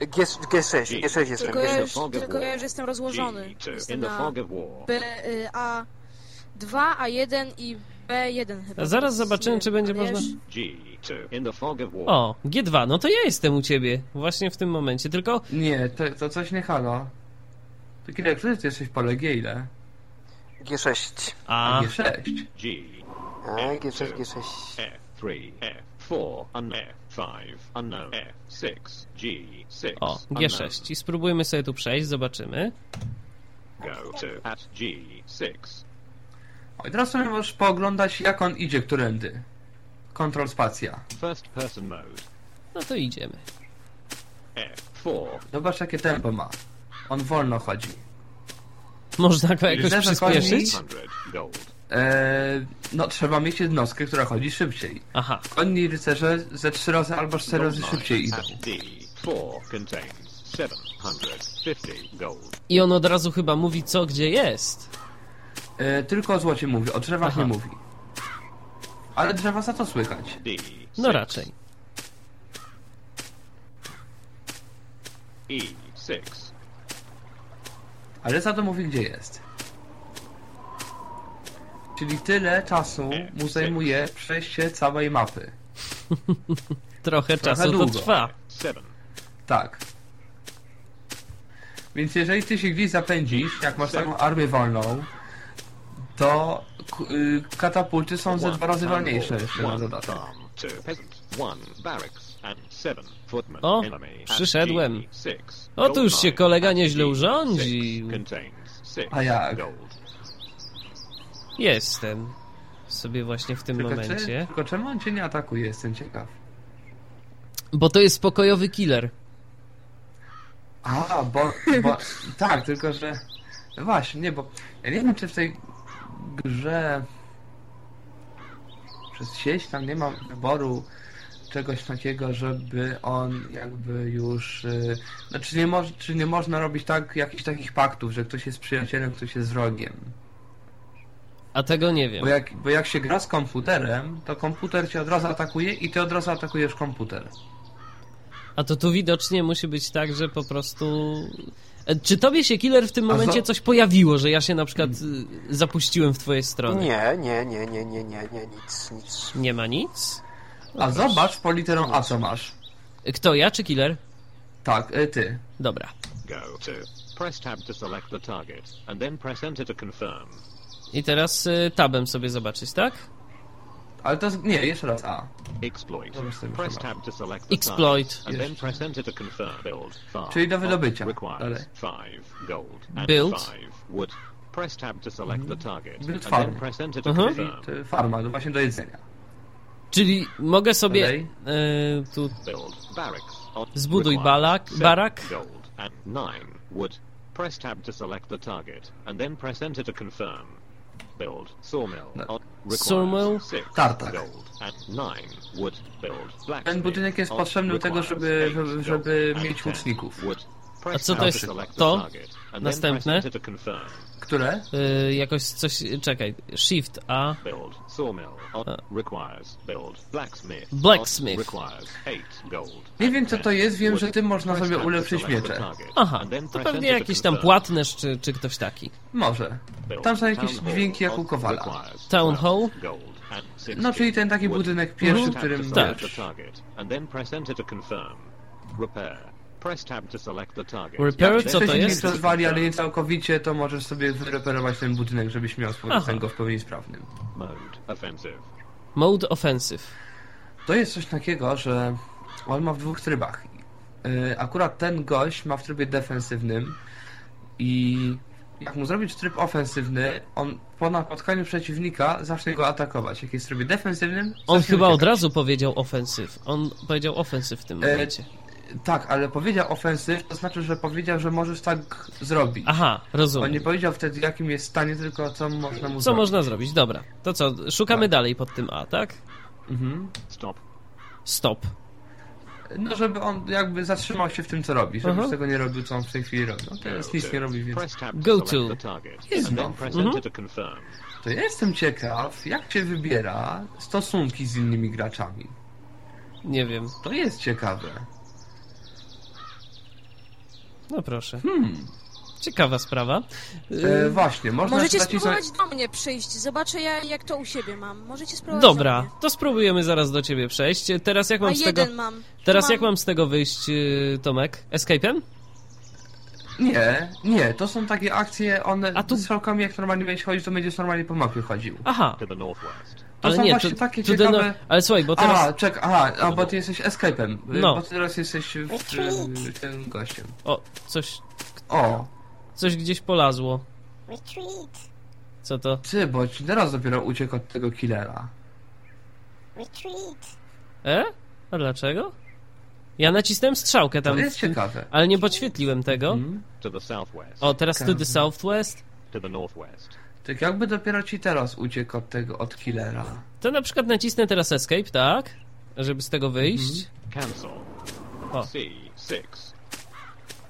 S3: G, G6, G6 jestem.
S4: Tylko ja
S3: G6.
S4: już, tylko ja już jestem rozłożony.
S6: G2 in
S4: Jestem
S6: the
S4: na
S6: fog of war.
S4: B, y, A2, A1 i B1 chyba.
S1: A zaraz zobaczymy, czy będzie
S4: Ale ja
S1: można-
S4: już-
S6: G2 in the fog of war.
S1: O, G2, no to ja jestem u ciebie właśnie w tym momencie, tylko
S2: Nie, to, to coś nie halo. Ty kiedy ty jesteś po legie ile?
S3: G6.
S1: A,
S2: Nie 6.
S6: G
S3: A, G6, G6.
S6: F3, F4, and F5, unknown, F6, G6.
S1: o, G6. I spróbujmy sobie tu przejść, zobaczymy.
S6: Unknown. Go to at G6.
S2: O, i teraz sobie możesz pooglądać jak on idzie którędy. Kontrol spacja.
S6: First person mode.
S1: No to idziemy.
S6: F4.
S2: Zobacz jakie tempo ma. On wolno chodzi.
S1: Można go jakoś
S2: Widzę, że koni-
S1: przyspieszyć?
S6: 100 gold.
S2: Eee, no trzeba mieć jednostkę, która chodzi szybciej.
S1: Aha,
S2: Konni rycerze ze 3 razy albo 4 razy
S6: Gold
S2: szybciej
S6: mine
S2: idą.
S6: at D4 contains 750 gold.
S1: i on od razu chyba mówi co gdzie jest.
S2: Eee, tylko o złocie mówi, o drzewach
S1: Aha.
S2: nie mówi. Ale drzewa za to słychać.
S6: D.
S1: No raczej.
S6: E E6.
S2: Ale za to mówi gdzie jest. Czyli tyle czasu mu zajmuje przejście całej mapy.
S1: Trochę czasu to
S2: długo.
S1: trwa.
S6: 7.
S2: Tak. Więc jeżeli ty się gdzieś zapędzisz, jak masz taką armię wolną, to k- y, katapulty są ze dwa razy wolniejsze jeszcze na dodatek.
S1: O,
S6: O,
S1: przyszedłem.
S6: przyszedłem.
S1: O, tu już się kolega nieźle urządził.
S2: A jak?
S1: Jestem. Sobie właśnie w tym
S2: Tylko, czy,
S1: momencie.
S2: tylko czemu on cię nie atakuje, jestem ciekaw.
S1: Bo to jest pokojowy killer.
S2: A, bo, bo tak, tylko że no właśnie, nie, bo ja nie wiem czy w tej grze przez sieć tam nie ma wyboru czegoś takiego, żeby on jakby już y, no, czy, nie moż, czy nie można robić tak jakichś takich paktów, że ktoś jest przyjacielem, ktoś jest wrogiem.
S1: A tego nie wiem.
S2: Bo jak, bo jak się gra z komputerem, to komputer cię od razu atakuje i ty od razu atakujesz komputer.
S1: A to tu widocznie musi być tak, że po prostu. E, Czy tobie się killer w tym
S2: A
S1: momencie
S2: za-
S1: coś pojawiło, że ja się na przykład y, zapuściłem w twojej stronie?
S3: Nie, nie, nie, nie, nie, nie, nie, nic, nic.
S1: Nie ma nic?
S2: A zobacz po literą A co masz.
S1: Kto ja czy killer?
S2: Tak, y, ty.
S1: Dobra.
S6: Go to. Press tab to select the target, and then press enter to confirm.
S1: I teraz y, tabem sobie zobaczyć, tak?
S2: Ale to jest, nie, jeszcze raz A.
S6: Exploit.
S2: Dobra, jestem już
S6: Press
S2: chyba.
S6: tab to select the
S1: Exploit.
S6: target, and then
S2: Jeszcze.
S6: press enter to confirm. Build. Farm.
S2: Czyli do wydobycia.
S6: Requires
S2: Dalej.
S6: five gold and
S1: Build.
S6: five wood. Press tab to select the target, and
S2: Wytwar.
S6: then press enter to
S1: Mhm.
S2: Czyli
S6: confirm.
S2: to y, farma, to właśnie do jedzenia.
S1: Czyli mogę sobie
S2: Dalej.
S1: e, tu
S6: Build barracks. on-
S1: Zbuduj
S6: requires
S1: balak-
S6: seven
S1: barak.
S6: Gold and nine wood. Press tab to select the target, and then press enter to confirm. Build sawmill.
S2: No.
S6: on- requires
S1: Sawmill.
S6: six
S2: Tartak.
S6: Gold and nine wood. Build blacksmith.
S2: Ten budynek jest
S6: on-
S2: potrzebny do tego,
S6: requires
S2: żeby,
S6: eight
S2: żeby,
S6: gold
S2: żeby
S6: and
S2: mieć
S6: ten
S2: łuczników.
S6: wood.
S1: A
S6: Press
S1: co
S6: tab
S1: to jest?
S6: select the
S1: To?
S6: target, and then
S1: Następne?
S6: press enter to confirm.
S2: Które?
S1: e, jakoś coś. Czekaj, Shift A.
S6: Build sawmill. on- Requires build blacksmith. on-
S1: E. Blacksmith.
S6: Requires eight gold.
S2: Nie wiem co to jest, wiem, że tym można sobie ulepszyć miecze.
S1: Aha, to pewnie jakiś tam płatnerz czy, czy ktoś taki.
S2: Może. Tam są jakieś dźwięki jak u Kowala.
S1: Town hall?
S2: No, czyli ten taki budynek pierwszy, w którym
S1: Tak.
S2: byłeś.
S1: Repair,
S2: Jak
S1: co to
S2: ktoś nie
S1: jest?
S2: przerwali, ale nie całkowicie, to możesz sobie wyreperować ten budynek, żebyś miał z powrotem go w pełni sprawnym.
S6: Mode offensive.
S1: Mode offensive.
S2: To jest coś takiego, że on ma w dwóch trybach. Yy, Akurat ten gość ma w trybie defensywnym i jak mu zrobić tryb ofensywny, on po napotkaniu przeciwnika zacznie go atakować. Jak jest w trybie defensywnym,
S1: On
S2: zacznie
S1: chyba od
S2: uciekać.
S1: razu powiedział offensive. On powiedział offensive w tym
S2: E,
S1: momencie.
S2: Tak, ale powiedział ofensyw, to znaczy, że powiedział, że możesz tak zrobić.
S1: Aha,
S2: On nie
S1: rozumiem.
S2: powiedział wtedy, jakim jest stanie, tylko co można mu
S1: Co
S2: zrobić.
S1: można zrobić? Dobra, to co? Szukamy dalej pod tym A, tak?
S2: Mhm.
S6: Stop.
S1: Stop.
S2: No, żeby on jakby zatrzymał się w tym, co robi. Żeby
S1: Aha.
S2: już tego nie robił, co on w tej chwili robi. No, teraz nic nie robi, więc...
S6: Press tab
S1: Go
S6: to. select
S1: to.
S6: the target,
S2: Jest
S6: and then
S2: znowu.
S6: press
S1: Mhm.
S6: enter to confirm.
S2: To ja jestem ciekaw, jak się wybiera stosunki z innymi graczami.
S1: Nie wiem.
S2: To jest ciekawe.
S1: No proszę. Ciekawa sprawa.
S2: Hmm.
S1: Yy, Y,
S2: E, właśnie, można
S4: Możecie
S2: sobie
S4: spróbować do mnie przyjść. Zobaczę ja, jak to u siebie mam. Możecie spróbować
S1: Dobra,
S4: do mnie.
S1: to spróbujemy zaraz do ciebie przejść. Teraz jak
S4: A
S1: mam z tego.
S4: jeden mam. Tu
S1: Teraz jak mam z tego wyjść, yy, Tomek? Escape'em?
S2: Nie, nie, to są takie akcje, one
S1: A
S2: A
S1: tu-
S2: tu... z strzałkami jak normalnie będziesz chodzić, to będziesz normalnie po mapie chodził.
S1: Aha,
S6: To the northwest.
S2: To
S1: ale
S2: są
S1: nie,
S2: właśnie
S1: to,
S2: takie
S1: to deno-
S2: ciekawe-
S1: Ale słuchaj, bo teraz...
S2: A, czek, aha, a bo ty jesteś escape'em,
S1: No.
S2: no. bo ty teraz jesteś w, e, tym gościem.
S1: O, coś,
S2: O,
S1: coś gdzieś polazło. Co to?
S2: ty, bo ci teraz dopiero uciekł od tego killera.
S1: E? A dlaczego? Ja nacisnąłem strzałkę
S2: To
S1: tam,
S2: jest ciekawe. Mhm.
S1: ale nie podświetliłem tego.
S6: To the southwest.
S1: O, teraz to the southwest.
S6: To the northwest.
S2: Tak jakby dopiero ci teraz uciekł od tego, od killera.
S1: To na przykład nacisnę teraz escape, tak? Żeby z tego wyjść.
S2: Mhm.
S6: Cancel.
S1: O.
S6: C6.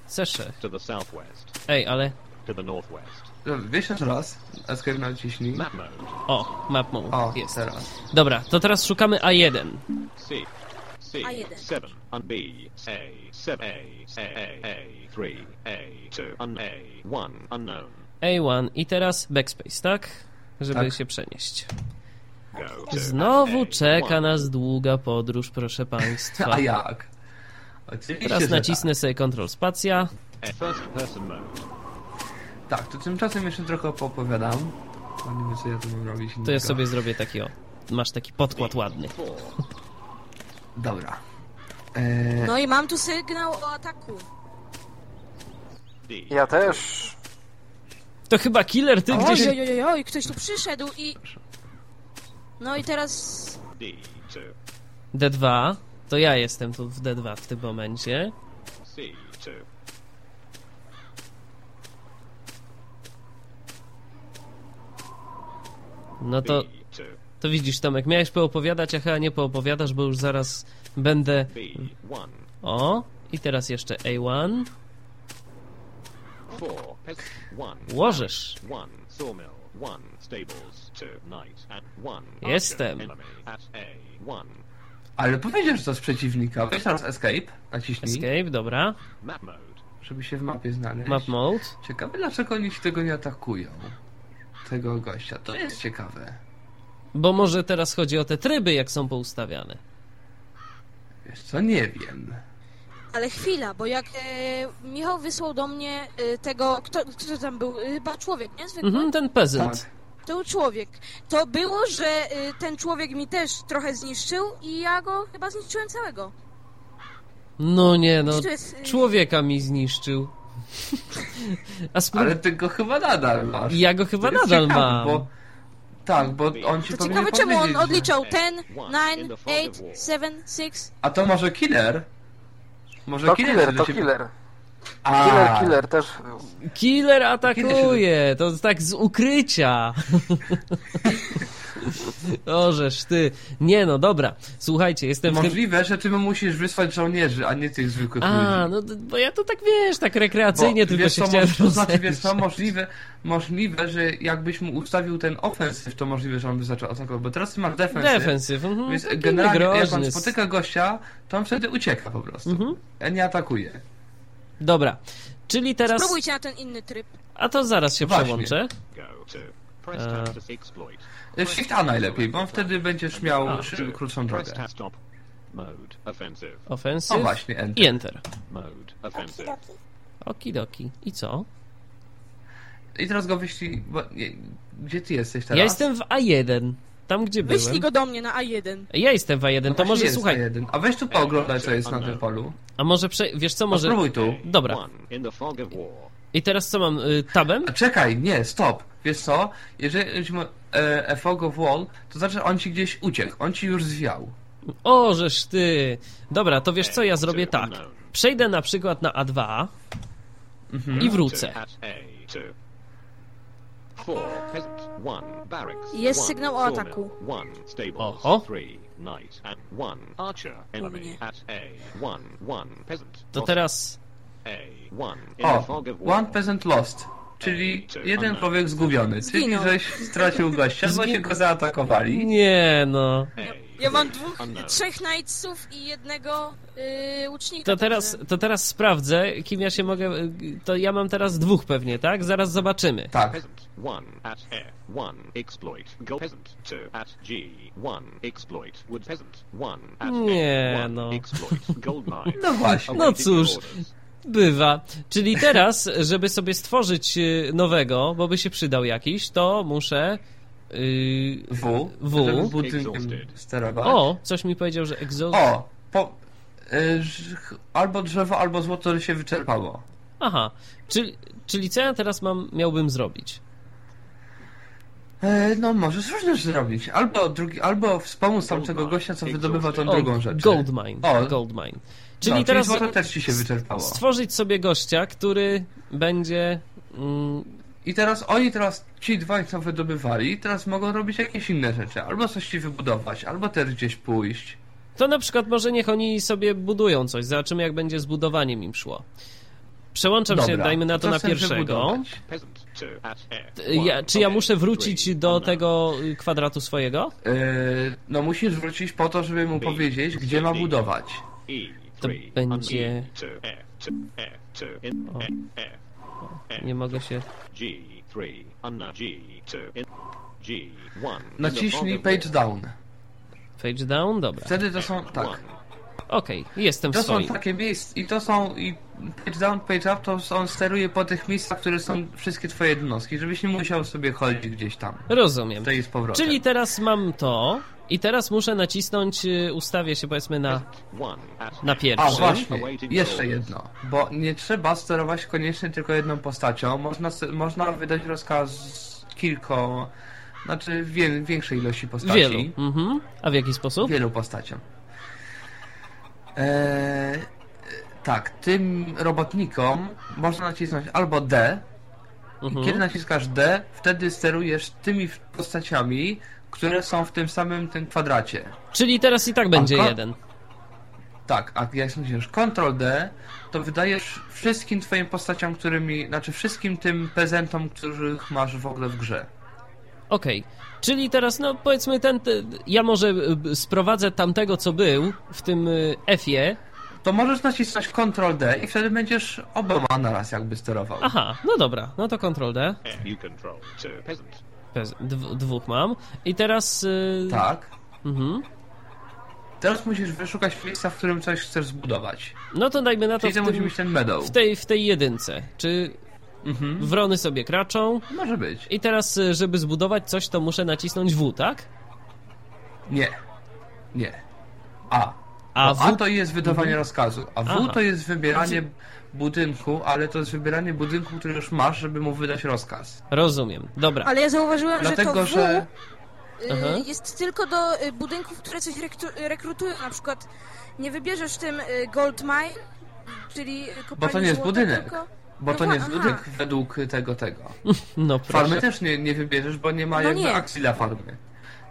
S1: C6.
S6: To the southwest.
S1: Ej, ale...
S6: To the northwest.
S2: No, Wiesz jeszcze raz, escape naciśnij.
S6: Map mode.
S1: O, map mode
S2: O,
S1: jest.
S2: teraz.
S1: Dobra, to teraz szukamy A1.
S6: C. C.
S4: A1.
S6: 7. Un B. A. 7. A. A. A. A. 3. A. 2. Un A. 1. Unknown.
S1: A1 i teraz backspace, tak? Żeby
S2: Tak.
S1: się przenieść.
S6: Go. to
S1: Znowu
S6: A.
S1: czeka
S6: 1.
S1: nas długa podróż, proszę państwa.
S2: A jak? Oczywiście,
S1: Teraz
S2: że tak.
S1: nacisnę sobie Ctrl Spacja.
S6: A. First person mode.
S2: Tak. tak, to tymczasem jeszcze trochę opowiadam. Nie wiem, co ja tu mam robić.
S1: To ja
S2: innego.
S1: sobie zrobię taki o. Masz taki podkład ładny.
S6: 4.
S2: Dobra. Eee,
S4: No i mam tu sygnał o ataku.
S6: D.
S3: Ja też.
S1: To chyba killer, ty
S4: Oj,
S1: gdzieś.
S4: oj, oj, oj, oj, ktoś tu przyszedł i... No i teraz...
S6: D2.
S1: D2. To ja jestem tu w D2 w tym momencie.
S6: C2.
S1: No to,
S6: B2.
S1: to widzisz, Tomek, miałeś poopowiadać, a chyba nie poopowiadasz, bo już zaraz będę.
S6: B1.
S1: O, i teraz jeszcze A1.
S6: 4. Pes. 1.
S1: Łożesz.
S6: One sawmill, one stables, two knight, and one
S1: Jestem.
S6: archer enemy at A one
S2: ale powiedział, że to z przeciwnika. Weź teraz escape, naciśnij,
S1: Escape, dobra.
S6: map mode.
S2: żeby się w mapie znaleźć.
S1: Map mode.
S2: Ciekawe, dlaczego oni ci tego nie atakują. Tego gościa. To jest ciekawe.
S1: Bo może teraz chodzi o te tryby, jak są poustawiane.
S2: Wiesz co, nie wiem.
S4: Ale chwila, bo jak e, Michał wysłał do mnie e, tego, kto, kto tam był, e, chyba człowiek, nie? Zwykły?
S1: Mhm, ten peasant.
S2: Tak.
S4: To był człowiek. To było, że e, ten człowiek mi też trochę zniszczył i ja go chyba zniszczyłem całego.
S1: No nie, no.
S4: Czy to jest, y-
S1: Człowieka mi zniszczył. A spróbuj...
S2: Ale ty go chyba nadal masz.
S1: Ja go chyba
S2: To jest
S1: nadal
S2: ciekawe,
S1: mam.
S2: Bo... Tak, bo on ci
S6: To
S4: To
S2: powinien
S4: ciekawe, czemu on
S2: powiedzieć, że-
S4: odliczał 10, 9, 8, 7, 6.
S2: A to może killer? Może
S3: To
S2: killer,
S3: killer,
S2: żeby
S3: to
S2: cię-
S3: killer.
S2: A,
S3: Killer, killer też.
S1: Killer
S2: Kiedy
S1: atakuje! To tak z ukrycia! Ożeż ty. Nie no, dobra. Słuchajcie, jestem w tym...
S2: Możliwe, że ty mu musisz wysłać żołnierzy, a nie tych zwykłych
S1: A,
S2: ludzi.
S1: no d- bo ja to tak wiesz, tak rekreacyjnie tylko
S2: wiesz,
S1: się
S2: co,
S1: chciałem
S2: moż- to znaczy, wiesz co,
S1: rozejrzeć.
S2: możliwe, możliwe, że jakbyś mu ustawił ten offensyw, to możliwe, że on by zaczął atakować, bo teraz ty masz defensyw,
S1: Defensyw. mhm,
S2: więc
S1: taki
S2: generalnie jak
S1: groźny
S2: on
S1: s-
S2: spotyka gościa, to on wtedy ucieka po prostu,
S1: Mhm.
S2: a nie atakuje.
S1: Dobra. Czyli teraz...
S4: Spróbujcie na ten inny tryb.
S1: A to zaraz się
S2: Właśnie.
S1: przełączę.
S6: Go to. Press
S1: Uh,
S6: tab to exploit.
S2: Shift A najlepiej, bo wtedy będziesz miał
S6: Enter.
S2: szybką, krótszą
S6: Press
S2: drogę.
S6: tab stop. Mode offensive.
S2: O
S1: Offensive
S2: właśnie, Enter.
S1: i Enter.
S6: Mode offensive.
S1: Okidoki. I co?
S2: I teraz go wyślij, bo, nie, gdzie ty jesteś teraz?
S1: Ja jestem w A1. Tam, gdzie
S4: Wyślij
S1: byłem.
S4: go do mnie na A1.
S1: Ja jestem w A1, to
S2: No Właśnie
S1: może
S2: jest
S1: słuchaj,
S2: jeden. A weź tu pooglądaj, co jest na tym polu.
S1: a może prze... wiesz co, może...
S2: No Spróbuj tu.
S1: Dobra.
S6: One in the fog of war.
S1: I teraz co mam, y, tabem?
S2: A czekaj, nie, stop. Wiesz co? Jeżeli ma e, a fog of wall, to znaczy że on ci gdzieś uciekł, on ci już zwiał.
S1: O, żeż ty! Dobra, to wiesz co, ja zrobię tak. Przejdę na przykład na A2
S2: Mhm.
S1: i
S6: To
S1: wrócę.
S6: at A, to. Four peasant, one barracks.
S4: Jest
S6: one
S4: sygnał o
S6: sawmill,
S4: ataku.
S6: One stables,
S1: Oho.
S6: three knight and one archer enemy
S4: mnie.
S6: at A. One, one peasant.
S1: To
S6: lost
S1: teraz...
S6: A, one in the
S2: O,
S6: fog of war.
S2: one peasant lost, czyli jeden człowiek zgubiony, czyli
S4: Zginął.
S2: żeś stracił gościa, bo się go zaatakowali.
S1: Nie no...
S6: A,
S4: Ja mam
S6: to
S4: dwóch,
S6: unknown.
S4: trzech knightsów i jednego y, łucznika.
S1: To teraz,
S4: także-
S1: to teraz sprawdzę, kim ja się mogę... y, To ja mam teraz dwóch pewnie, tak? Zaraz zobaczymy.
S2: Tak,
S6: Peasant one at A one exploit go peasant two at G one exploit wood peasant one at
S1: Nie,
S6: A one
S1: no.
S6: exploit gold mine.
S2: no właśnie.
S1: No cóż.
S6: Orders.
S1: Bywa. Czyli teraz, żeby sobie stworzyć y, nowego, bo by się przydał jakiś, to muszę... y,
S2: W,
S1: W.
S2: żeby tak. budynkiem sterować.
S1: O, coś mi powiedział, że exhaust...
S2: O, po, y, ż- albo drzewo, albo złoto się wyczerpało.
S1: Aha, czyli, czyli co ja teraz mam, miałbym zrobić?
S2: E, no możesz różne rzeczy robić. Albo, drugi, albo wspomóc tamtego gościa, co wydobywa tą drugą rzecz.
S1: Goldmine.
S2: O.
S1: Goldmine.
S2: Czyli
S1: Czyli
S2: no,
S1: teraz
S2: teraz czyli złoto też ci się wyczerpało.
S1: stworzyć sobie gościa, który będzie. Mm,
S2: I teraz oni teraz, ci dwaj co wydobywali, teraz mogą robić jakieś inne rzeczy. Albo coś ci wybudować, albo też gdzieś pójść.
S1: to na przykład może niech oni sobie budują coś. Zobaczymy, jak będzie z budowaniem im szło. Przełączam się, dajmy na to na
S2: chcę
S1: pierwszego.
S2: wybudować.
S6: Peasant two at A
S1: T- Ja,
S6: one
S1: czy ja
S6: at
S1: muszę
S6: A
S1: wrócić
S6: three
S1: do
S6: unknown.
S1: tego y, kwadratu swojego?
S2: E, no musisz wrócić po to, żeby mu powiedzieć, gdzie ma budować.
S6: E
S1: To
S6: three
S1: będzie-
S6: unknown. Two A two A two in
S1: O.
S6: A A A
S1: Nie mogę się.
S6: G three unknown G two in G one in the
S2: Naciśnij
S6: fog of war.
S2: page down.
S1: Page down? Dobra.
S2: Wtedy to są, tak.
S6: One.
S1: Okej, jestem w
S2: To są
S1: swoim.
S2: takie miejsca i to są i page down, page up, to on steruje po tych miejscach, które są wszystkie twoje jednostki, żebyś nie musiał sobie chodzić gdzieś tam.
S1: Rozumiem.
S2: Tutaj z powrotem.
S1: Czyli teraz mam to i teraz muszę nacisnąć, y, ustawię się powiedzmy na,
S6: One at
S1: na
S2: A
S1: pierwszy.
S2: właśnie, jeszcze jedno, bo nie trzeba sterować koniecznie tylko jedną postacią, można, se- można wydać rozkaz kilko, znaczy wie, większej ilości postaci.
S1: Wielu. Mhm. A w jaki sposób?
S2: Wielu postaciom. Eee, tak, tym robotnikom można nacisnąć albo D,
S1: Mhm.
S2: i kiedy naciskasz D, wtedy sterujesz tymi postaciami, które są w tym samym tym kwadracie.
S1: Czyli teraz i tak będzie
S2: Anka?
S1: jeden.
S2: Tak, a jak naciśniesz Ctrl D, to wydajesz wszystkim twoim postaciom, którymi, znaczy wszystkim tym prezentom, których masz w ogóle w grze.
S1: Okej. Czyli teraz, no powiedzmy ten, te- ja może y, sprowadzę tamtego, co był w tym y, F-ie.
S2: To możesz nacisnąć Ctrl D i wtedy będziesz oboma naraz jakby sterował.
S1: Aha, no dobra, no to Ctrl D.
S6: You control two peasant.
S1: Bez- Dw- dwóch mam. I teraz... y,
S2: Tak.
S1: Mhm.
S2: Teraz musisz wyszukać miejsca, w którym coś chcesz zbudować.
S1: No to dajmy na to
S2: Czyli
S1: w,
S2: to musi
S1: tym,
S2: być ten meadow.
S1: w, tej, w tej jedynce. Czy
S2: Mhm.
S1: wrony sobie kraczą?
S2: Może być.
S1: I teraz, y, żeby zbudować coś, to muszę nacisnąć W, tak?
S2: Nie. Nie. A.
S1: A
S2: No, A
S1: w... Mhm.
S2: to jest wydawanie rozkazu, a W
S1: Aha. Znaczy-
S2: to jest wybieranie budynku, ale to jest wybieranie budynku, który już masz, żeby mu wydać rozkaz.
S1: Rozumiem, dobra.
S4: Ale ja zauważyłem, że to
S2: Dlatego,
S4: W
S2: że...
S4: y,
S1: Aha.
S4: jest tylko do y, budynków, które coś rektu- rekrutują. Na przykład nie wybierzesz w tym y, gold mine, czyli y, kopalni
S2: Bo to nie jest
S4: złota,
S2: budynek.
S4: Tylko...
S2: Bo
S4: No
S2: to
S4: wa-
S2: nie jest
S4: aha.
S2: budynek według tego, tego.
S1: No
S2: Farmy
S1: proszę.
S2: też nie, nie wybierzesz, bo nie ma
S4: No
S2: jakby
S4: nie.
S2: akcji dla farmy.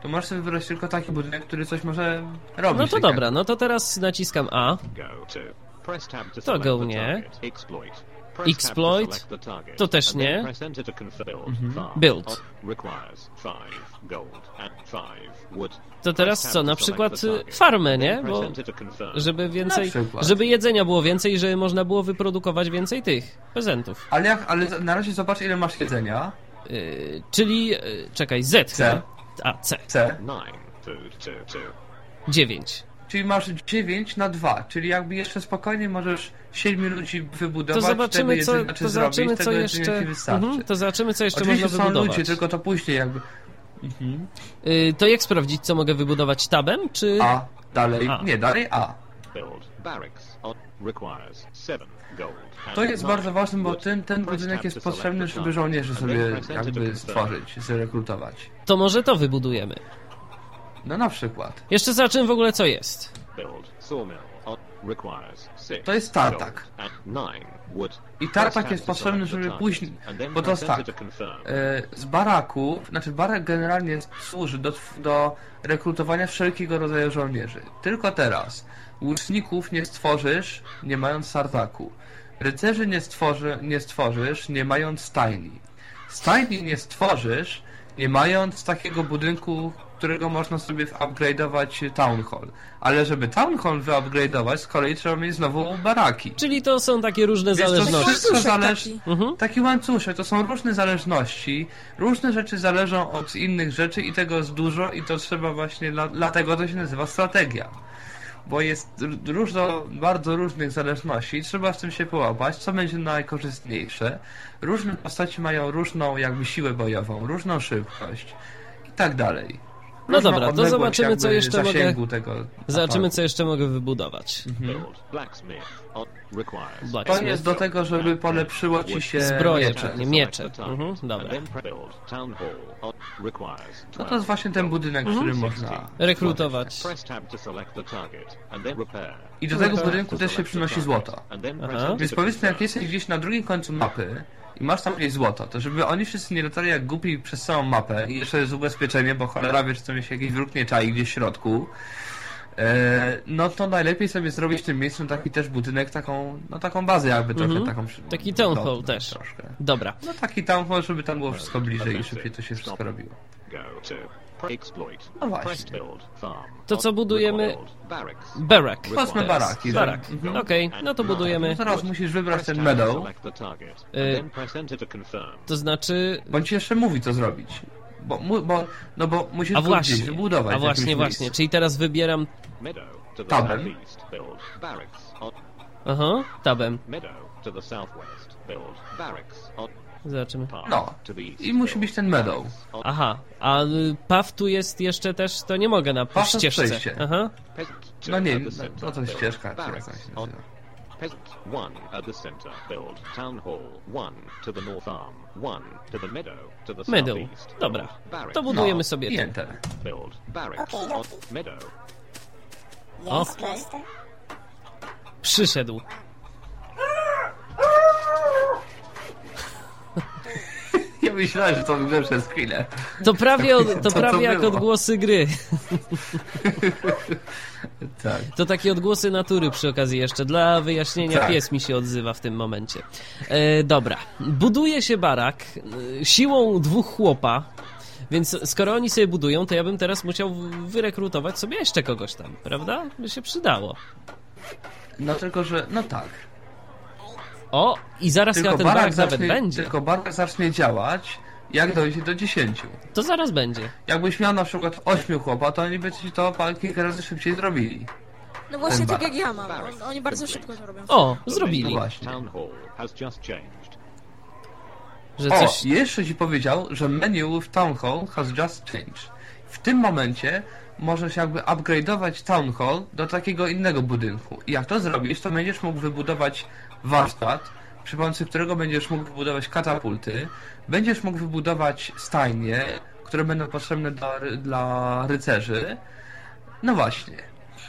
S2: To możesz sobie wybrać tylko taki budynek, który coś może robić. tak
S1: No to
S2: takiego.
S1: dobra, no to teraz naciskam A.
S6: Go to. Press tab to
S1: To
S6: select
S1: go
S6: the
S1: nie.
S6: target. Exploit. Press
S1: Exploit.
S6: Tab to, select the target.
S1: To też
S6: And then
S1: nie.
S6: Press enter to confirm build.
S2: Mhm.
S6: Farm.
S1: Build.
S6: O- Requires 5 gold and 5 wood.
S1: To
S6: Press
S1: teraz
S6: tab
S1: co,
S6: to
S1: na
S6: select
S1: przykład
S6: the target.
S1: y, farmę,
S6: Then
S1: nie?
S6: press
S1: Bo
S6: enter to confirm.
S1: żeby więcej,
S2: Na przykład.
S1: żeby jedzenia było więcej i żeby można było wyprodukować więcej tych prezentów.
S2: Ale, jak, ale na razie zobacz, ile masz jedzenia.
S1: Y, czyli, y, czekaj, Z
S2: C.
S1: chyba. A, C.
S2: C.
S6: 9 food to 2.
S1: 9.
S2: Czyli masz 9 na 2, czyli jakby jeszcze spokojnie możesz 7 ludzi
S1: To
S2: wybudować,
S1: zobaczymy,
S2: tego
S1: co,
S2: jedzenia czy
S1: to zobaczymy,
S2: zrobić,
S1: co
S2: tego jedzenia
S1: jeszcze,
S2: ci wystarczy.
S1: Mhm, to zobaczymy, co jeszcze
S2: Oczywiście
S1: można
S2: są
S1: wybudować.
S2: ludzie, tylko to później jakby... Mhm.
S1: Y, to jak sprawdzić, co mogę wybudować tabem, czy...
S2: A, dalej,
S1: A.
S2: nie, dalej A.
S6: Build. Barracks. O- Requires 7 gold. and
S2: To jest
S6: nine
S2: bardzo ważne, bo
S6: wood.
S2: ten, ten
S6: Press
S2: budynek
S6: tab
S2: jest
S6: No. to select
S2: potrzebny,
S6: the
S2: żeby
S6: target.
S2: żołnierzy
S6: And
S2: sobie
S6: then press enter to
S2: jakby
S6: confirm.
S2: stworzyć, zrekrutować.
S1: To może to wybudujemy.
S2: No na przykład.
S1: Jeszcze zobaczymy w ogóle, co jest.
S6: Build. Sawmill. O- Requires 6
S2: To jest tartak.
S6: gold and nine wood.
S2: I tartak
S6: Press tab
S2: jest
S6: to
S2: potrzebny,
S6: select the
S2: żeby
S6: target.
S2: później-
S6: And then
S2: bo to
S6: press
S2: jest
S6: enter
S2: tak.
S6: to confirm.
S2: E, Z baraku, znaczy barak generalnie służy do, do rekrutowania wszelkiego rodzaju żołnierzy. Tylko teraz. Łuczników nie stworzysz, nie mając tartaku. Rycerzy nie, stworzy, nie stworzysz, nie mając stajni. Stajni nie stworzysz, nie mając takiego budynku, którego można sobie upgrade'ować town hall. Ale żeby town hall wyupgrade'ować, z kolei trzeba mieć znowu baraki.
S1: Czyli to są takie różne
S2: Więc to
S1: zależności.
S2: wszystko
S4: Łańcuszek
S2: zależy...
S4: taki.
S1: Mhm.
S2: Taki łańcuszek, to są różne zależności, różne rzeczy zależą od innych rzeczy i tego jest dużo i to trzeba właśnie, dla- dlatego to się nazywa strategia. Bo jest r- dużo, bardzo różnych zależności i trzeba z tym się połapać, co będzie najkorzystniejsze. Różne postaci mają różną jakby siłę bojową, różną szybkość i tak dalej.
S1: No
S2: Różną
S1: dobra, to
S2: odległość
S1: zobaczymy,
S2: jakby
S1: co jeszcze mogę-
S2: zasięgu Tego
S1: Zobaczymy,
S2: ataku.
S1: co jeszcze mogę wybudować.
S6: Build. Blacksmith. O- Requires
S1: Blacksmith.
S2: mhm. To jest do tego, żeby polepszyło ci się
S1: Zbroje,
S2: miecze.
S1: pewnie. miecze. Mhm, dobra.
S2: No to jest właśnie ten budynek, w którym można...
S1: Mhm. Rekrutować.
S2: I do
S1: Tak.
S2: tego budynku też się
S6: Tak.
S2: przynosi złoto. Więc powiedzmy, jak jesteś gdzieś na drugim końcu mapy i masz tam jakieś złoto, to żeby oni wszyscy nie latali jak głupi przez całą mapę i jeszcze jest ubezpieczenie, bo cholera wie, czy tam się jakiś wróg nie czai gdzieś w środku, e, no to najlepiej sobie zrobić w tym miejscu taki też budynek, taką, no taką bazę jakby trochę,
S1: Mhm.
S2: taką... przy-
S1: Taki town hall
S2: lotną
S1: też.
S2: Troszkę.
S1: Dobra.
S2: No taki town hall, żeby tam było wszystko bliżej i szybciej to się wszystko robiło. No właśnie.
S1: To co budujemy? Barak.
S2: Chodźmy
S1: Teraz.
S2: baraki, że-
S1: Barak.
S2: Mhm.
S1: Okej, no to budujemy.
S2: No teraz musisz wybrać ten medal,
S1: Y,
S6: Yy,
S1: To znaczy...
S2: Bądź jeszcze mówi, co zrobić. Bo, mu, bo, no bo musisz
S1: A
S2: go gdzieś
S1: właśnie,
S2: wybudować.
S1: a
S2: w jakimś
S1: właśnie,
S2: miejscu.
S1: właśnie. Czyli teraz wybieram...
S6: Meadow to the
S2: Tabem.
S6: southeast, build barracks on
S1: Aha, tabem.
S6: Meadow to the southwest, build barracks on
S1: Zobaczymy.
S6: park
S2: No.
S6: to the east.
S2: I musi być ten medal.
S6: On
S1: Aha, a y, paw tu jest jeszcze też, to nie mogę na
S2: Paw to
S1: ścieżce.
S2: przejście.
S1: Aha,
S6: peasant two
S2: No nie,
S6: at the
S2: no,
S6: center,
S2: no to
S6: build
S2: ścieżka, czy jak
S6: barracks
S2: tam się
S6: on
S2: nazywa.
S6: peasant one at the center, build town hall one to the north arm, one to the meadow to the
S1: Meadow.
S6: southeast. build
S1: Dobra.
S6: barracks
S1: To budujemy sobie
S2: i
S1: tu.
S2: enter.
S6: build barracks
S8: Okej,
S6: on
S8: dobrze.
S6: meadow.
S1: O.
S8: Jest proste.
S1: przyszedł.
S2: Ja myślałem, że to wygląda przez chwilę.
S1: To prawie, od, to
S2: Co to
S1: prawie jak
S2: było?
S1: odgłosy gry.
S2: Tak.
S1: To takie odgłosy natury przy okazji jeszcze. Dla wyjaśnienia
S2: Tak.
S1: pies mi się odzywa w tym momencie. E, dobra. Buduje się barak e, siłą dwóch chłopa, więc skoro oni sobie budują, to ja bym teraz musiał wyrekrutować sobie jeszcze kogoś tam, prawda? By się przydało.
S2: No tylko, że. No tak.
S1: O, i zaraz
S2: Tylko
S1: chyba ten barak
S2: barak,
S1: nawet
S2: zacznie,
S1: będzie.
S2: tylko barak zacznie działać, jak dojdzie do 10.
S1: To zaraz będzie.
S2: Jakbyś miał na przykład 8 chłopa, to oni by ci to pa- kilka razy szybciej zrobili.
S4: No właśnie
S2: Ten
S4: tak
S2: barak.
S4: jak ja mam. On, oni bardzo szybko to robią.
S1: O,
S2: No
S1: zrobili.
S2: właśnie.
S6: Town hall has just changed.
S1: Że
S2: O,
S1: coś...
S2: jeszcze ci powiedział, że menu w Town Hall has just changed. W tym momencie możesz jakby upgrade'ować Town Hall do takiego innego budynku. I jak to zrobisz, to będziesz mógł wybudować warsztat, przy pomocy którego będziesz mógł wybudować katapulty, będziesz mógł wybudować stajnie, które będą potrzebne dla, ry- dla rycerzy. No właśnie.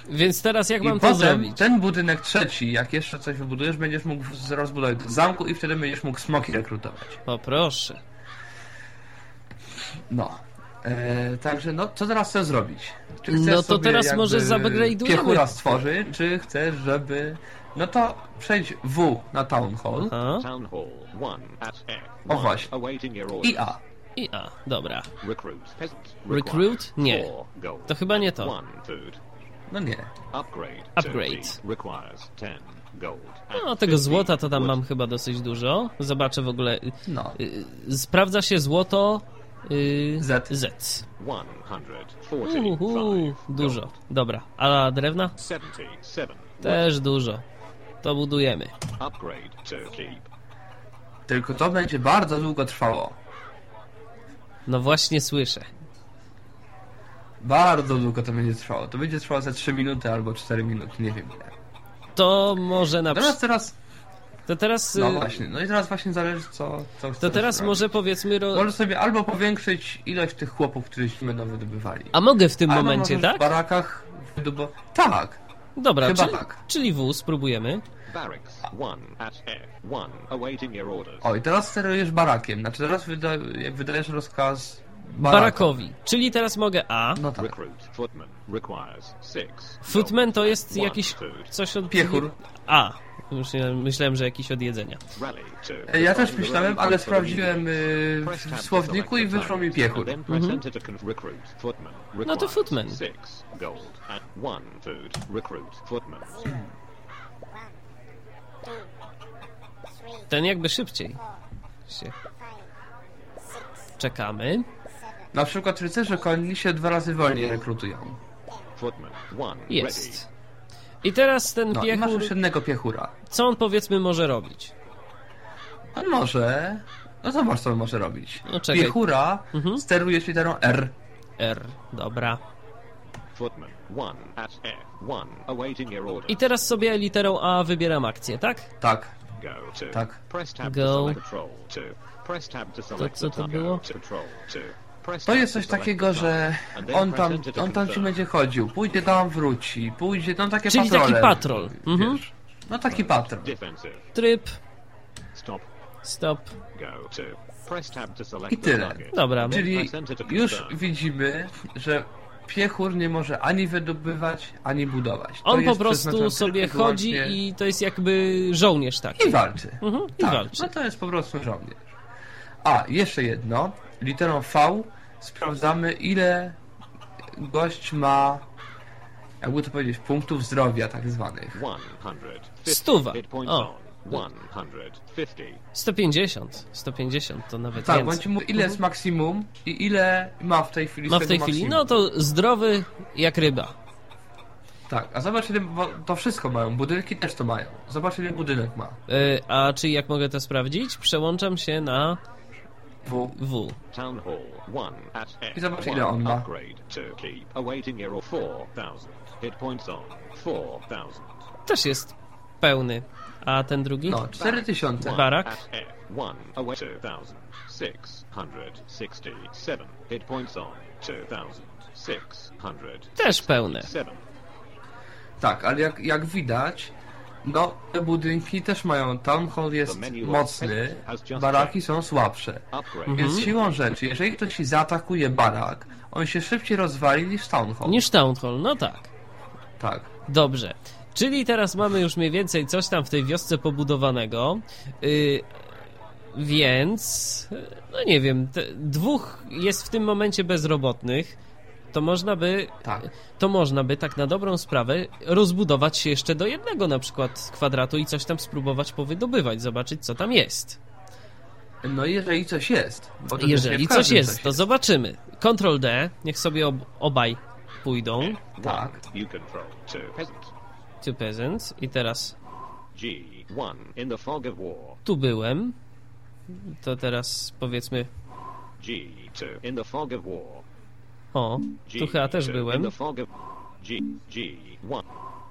S1: Więc teraz jak mam
S2: I
S1: to
S2: potem
S1: zrobić?
S2: ten budynek trzeci, jak jeszcze coś wybudujesz, będziesz mógł z- rozbudować do zamku i wtedy będziesz mógł smoki rekrutować.
S1: O proszę.
S2: No. E, także no, co teraz chcesz zrobić? Czy chcesz
S1: No to
S2: sobie
S1: teraz
S2: jakby
S1: może zupgrade'ujemy.
S2: Piechura stworzy, czy chcesz, żeby... No to przejdź W na Town Hall
S1: A?
S6: Town Hall 1 at F.
S2: O,
S6: one,
S2: właśnie.
S6: Awaiting your order.
S2: i A.
S1: I A, dobra.
S6: Recruit peasant.
S1: Recruit? Nie.
S6: Four, gold.
S1: To chyba nie to.
S6: 1 food.
S2: No nie.
S6: Upgrade.
S1: Upgrade.
S6: 30 Requires 10 gold.
S1: No,
S6: and
S1: tego
S6: 15
S1: złota to tam
S6: wood.
S1: mam chyba dosyć dużo. Zobaczę w ogóle.
S2: No.
S1: Y, Sprawdza się złoto. y,
S2: Z.
S1: Z.
S6: 145
S1: Uhu, dużo. Dobra. A drewna?
S6: 77
S1: Też dużo. To budujemy.
S6: upgrade to keep
S2: Tylko to będzie bardzo długo trwało.
S1: No właśnie słyszę.
S2: Bardzo długo to będzie trwało. To będzie trwało ze 3 minuty albo 4 minuty, nie wiem ile.
S1: To może na
S2: Natomiast
S1: przy...
S2: teraz...
S1: To teraz. y,
S2: No właśnie. No i teraz właśnie zależy co... co
S1: To
S2: chcesz
S1: teraz
S2: robić.
S1: może powiedzmy. Ro...
S2: Możesz sobie albo powiększyć ilość tych chłopów, których będą wydobywali.
S1: A mogę w tym
S2: Albo
S1: momencie,
S2: możesz
S1: tak?
S2: w barakach wydobo... Tak!
S1: Dobra,
S2: Chyba
S1: czyli,
S2: tak.
S1: czyli wół spróbujemy.
S6: barracks 1 at F1 awaiting your orders
S2: O, i teraz sterujesz barakiem. Znaczy teraz wyda... jak wydajesz rozkaz... Baraka.
S1: Barakowi. Czyli teraz mogę A.
S2: No tak.
S6: recruit footman requires 6
S1: Footman to jest jakiś
S6: food
S1: coś od...
S2: Piechur.
S1: A. Myślałem, myślałem, że jakiś od jedzenia.
S6: rally to
S2: Ja też myślałem, ale sprawdziłem y,
S6: Press tab
S2: w
S6: to
S2: słowniku i
S6: select the
S2: wyszło mi
S6: times,
S2: piechur. Mhm.
S6: then
S1: Mhm.
S6: press enter to conf- recruit footman
S1: No to
S6: requires
S1: footman.
S6: six gold and one food recruit footman
S1: Ten jakby szybciej. Się. Czekamy.
S2: Na przykład rycerze konni się dwa razy wolniej rekrutują.
S6: footman 1
S1: Jest. I teraz ten
S2: No i masz
S1: piechur,
S2: już jednego piechura.
S1: co on powiedzmy może robić?
S2: On może... No zobacz, co on może robić.
S1: No czekaj.
S2: Piechura
S1: Mhm.
S2: sterujesz literą R.
S1: R, dobra.
S6: footman 1 at F1 awaiting your orders
S1: I teraz sobie literą A wybieram akcję, tak?
S2: Tak.
S6: Go to.
S2: Tak.
S6: Press tab
S1: Go.
S6: to select patrol to. Press tab to select
S1: co
S6: the
S1: to
S6: tab.
S1: było?
S6: Go to patrol to. Press
S2: To
S6: tab
S2: jest
S6: to
S2: coś
S6: select
S2: takiego,
S6: the
S2: że
S6: tab. And then
S2: on
S6: press
S2: tam,
S6: enter to
S2: on tam ci
S6: confirm.
S2: będzie chodził, pójdzie tam, wróci, pójdzie tam takie
S1: Czyli taki
S2: patrole.
S1: patrol,
S2: wiesz.
S1: mhm.
S2: No taki patrol.
S6: Defensive.
S1: Tryb,
S6: Stop.
S1: stop.
S6: Go to. Press tab to select
S2: I
S6: the
S2: tyle.
S6: target.
S1: Dobra.
S2: Czyli
S6: Press enter to
S2: już
S6: confirm.
S2: widzimy, że piechur nie może ani wydobywać, ani budować. To
S1: On po
S2: jest przeznaczone
S1: prostu sobie
S2: tylko i
S1: chodzi
S2: wyłącznie-
S1: i to jest jakby żołnierz taki.
S2: I walczy.
S1: Mhm, I
S2: Tak,
S1: walczy.
S2: no to jest po prostu żołnierz. A, jeszcze jedno. Literą V sprawdzamy, ile gość ma, jakby to powiedzieć, punktów zdrowia tak zwanych.
S6: 150
S1: Stuwa.
S6: hit points
S1: O.
S6: on. 150.
S1: 150, 150 to nawet
S2: Tak,
S1: więcej.
S2: bądź mu ile jest maksimum i ile ma w tej chwili
S1: Mhm. Ma w
S2: z tego
S1: tej chwili, no
S2: maksimum.
S1: to zdrowy jak ryba.
S2: Tak, a zobacz ile, bo to wszystko mają, budynki też to mają. Zobacz ile budynek ma.
S1: Y, A czy jak mogę to sprawdzić? Przełączam się na
S2: W.
S1: W.
S6: Town Hall 1 at F.
S2: I zobacz, ile on ma.
S6: Upgrade to keep. Awaiting your 4000. Hit points on. 4000.
S1: Też jest pełny. A ten drugi?
S2: No, 4000.
S1: Barak.
S6: At F1 away 2667. Hit points on 2600.
S1: Też pełne.
S6: Seven.
S2: Tak, ale jak, jak widać, no te budynki też mają, town hall jest mocny, baraki są słabsze.
S6: Upgrade.
S2: Więc
S1: Mhm.
S2: siłą rzeczy, jeżeli ktoś ci zaatakuje barak, on się szybciej rozwali niż town hall.
S1: Niż Town Hall, no tak.
S2: Tak.
S1: Dobrze. Czyli teraz mamy już mniej więcej coś tam w tej wiosce pobudowanego. Yy, więc, no nie wiem, te, dwóch jest w tym momencie bezrobotnych. To można by,
S2: Tak.
S1: to można by tak na dobrą sprawę rozbudować się jeszcze do jednego na przykład kwadratu i coś tam spróbować powydobywać, zobaczyć co tam jest.
S2: No jeżeli coś jest. Bo to też nie
S1: Jeżeli
S2: w każdym
S1: coś jest, to zobaczymy. Ctrl D, niech sobie ob obaj pójdą.
S2: Tak.
S6: You control two peasant.
S1: To peasants. I teraz
S6: G1 in the fog of war.
S1: tu byłem. To teraz powiedzmy
S6: G2 in the fog of war.
S1: O, tu chyba też byłem.
S6: G, G1,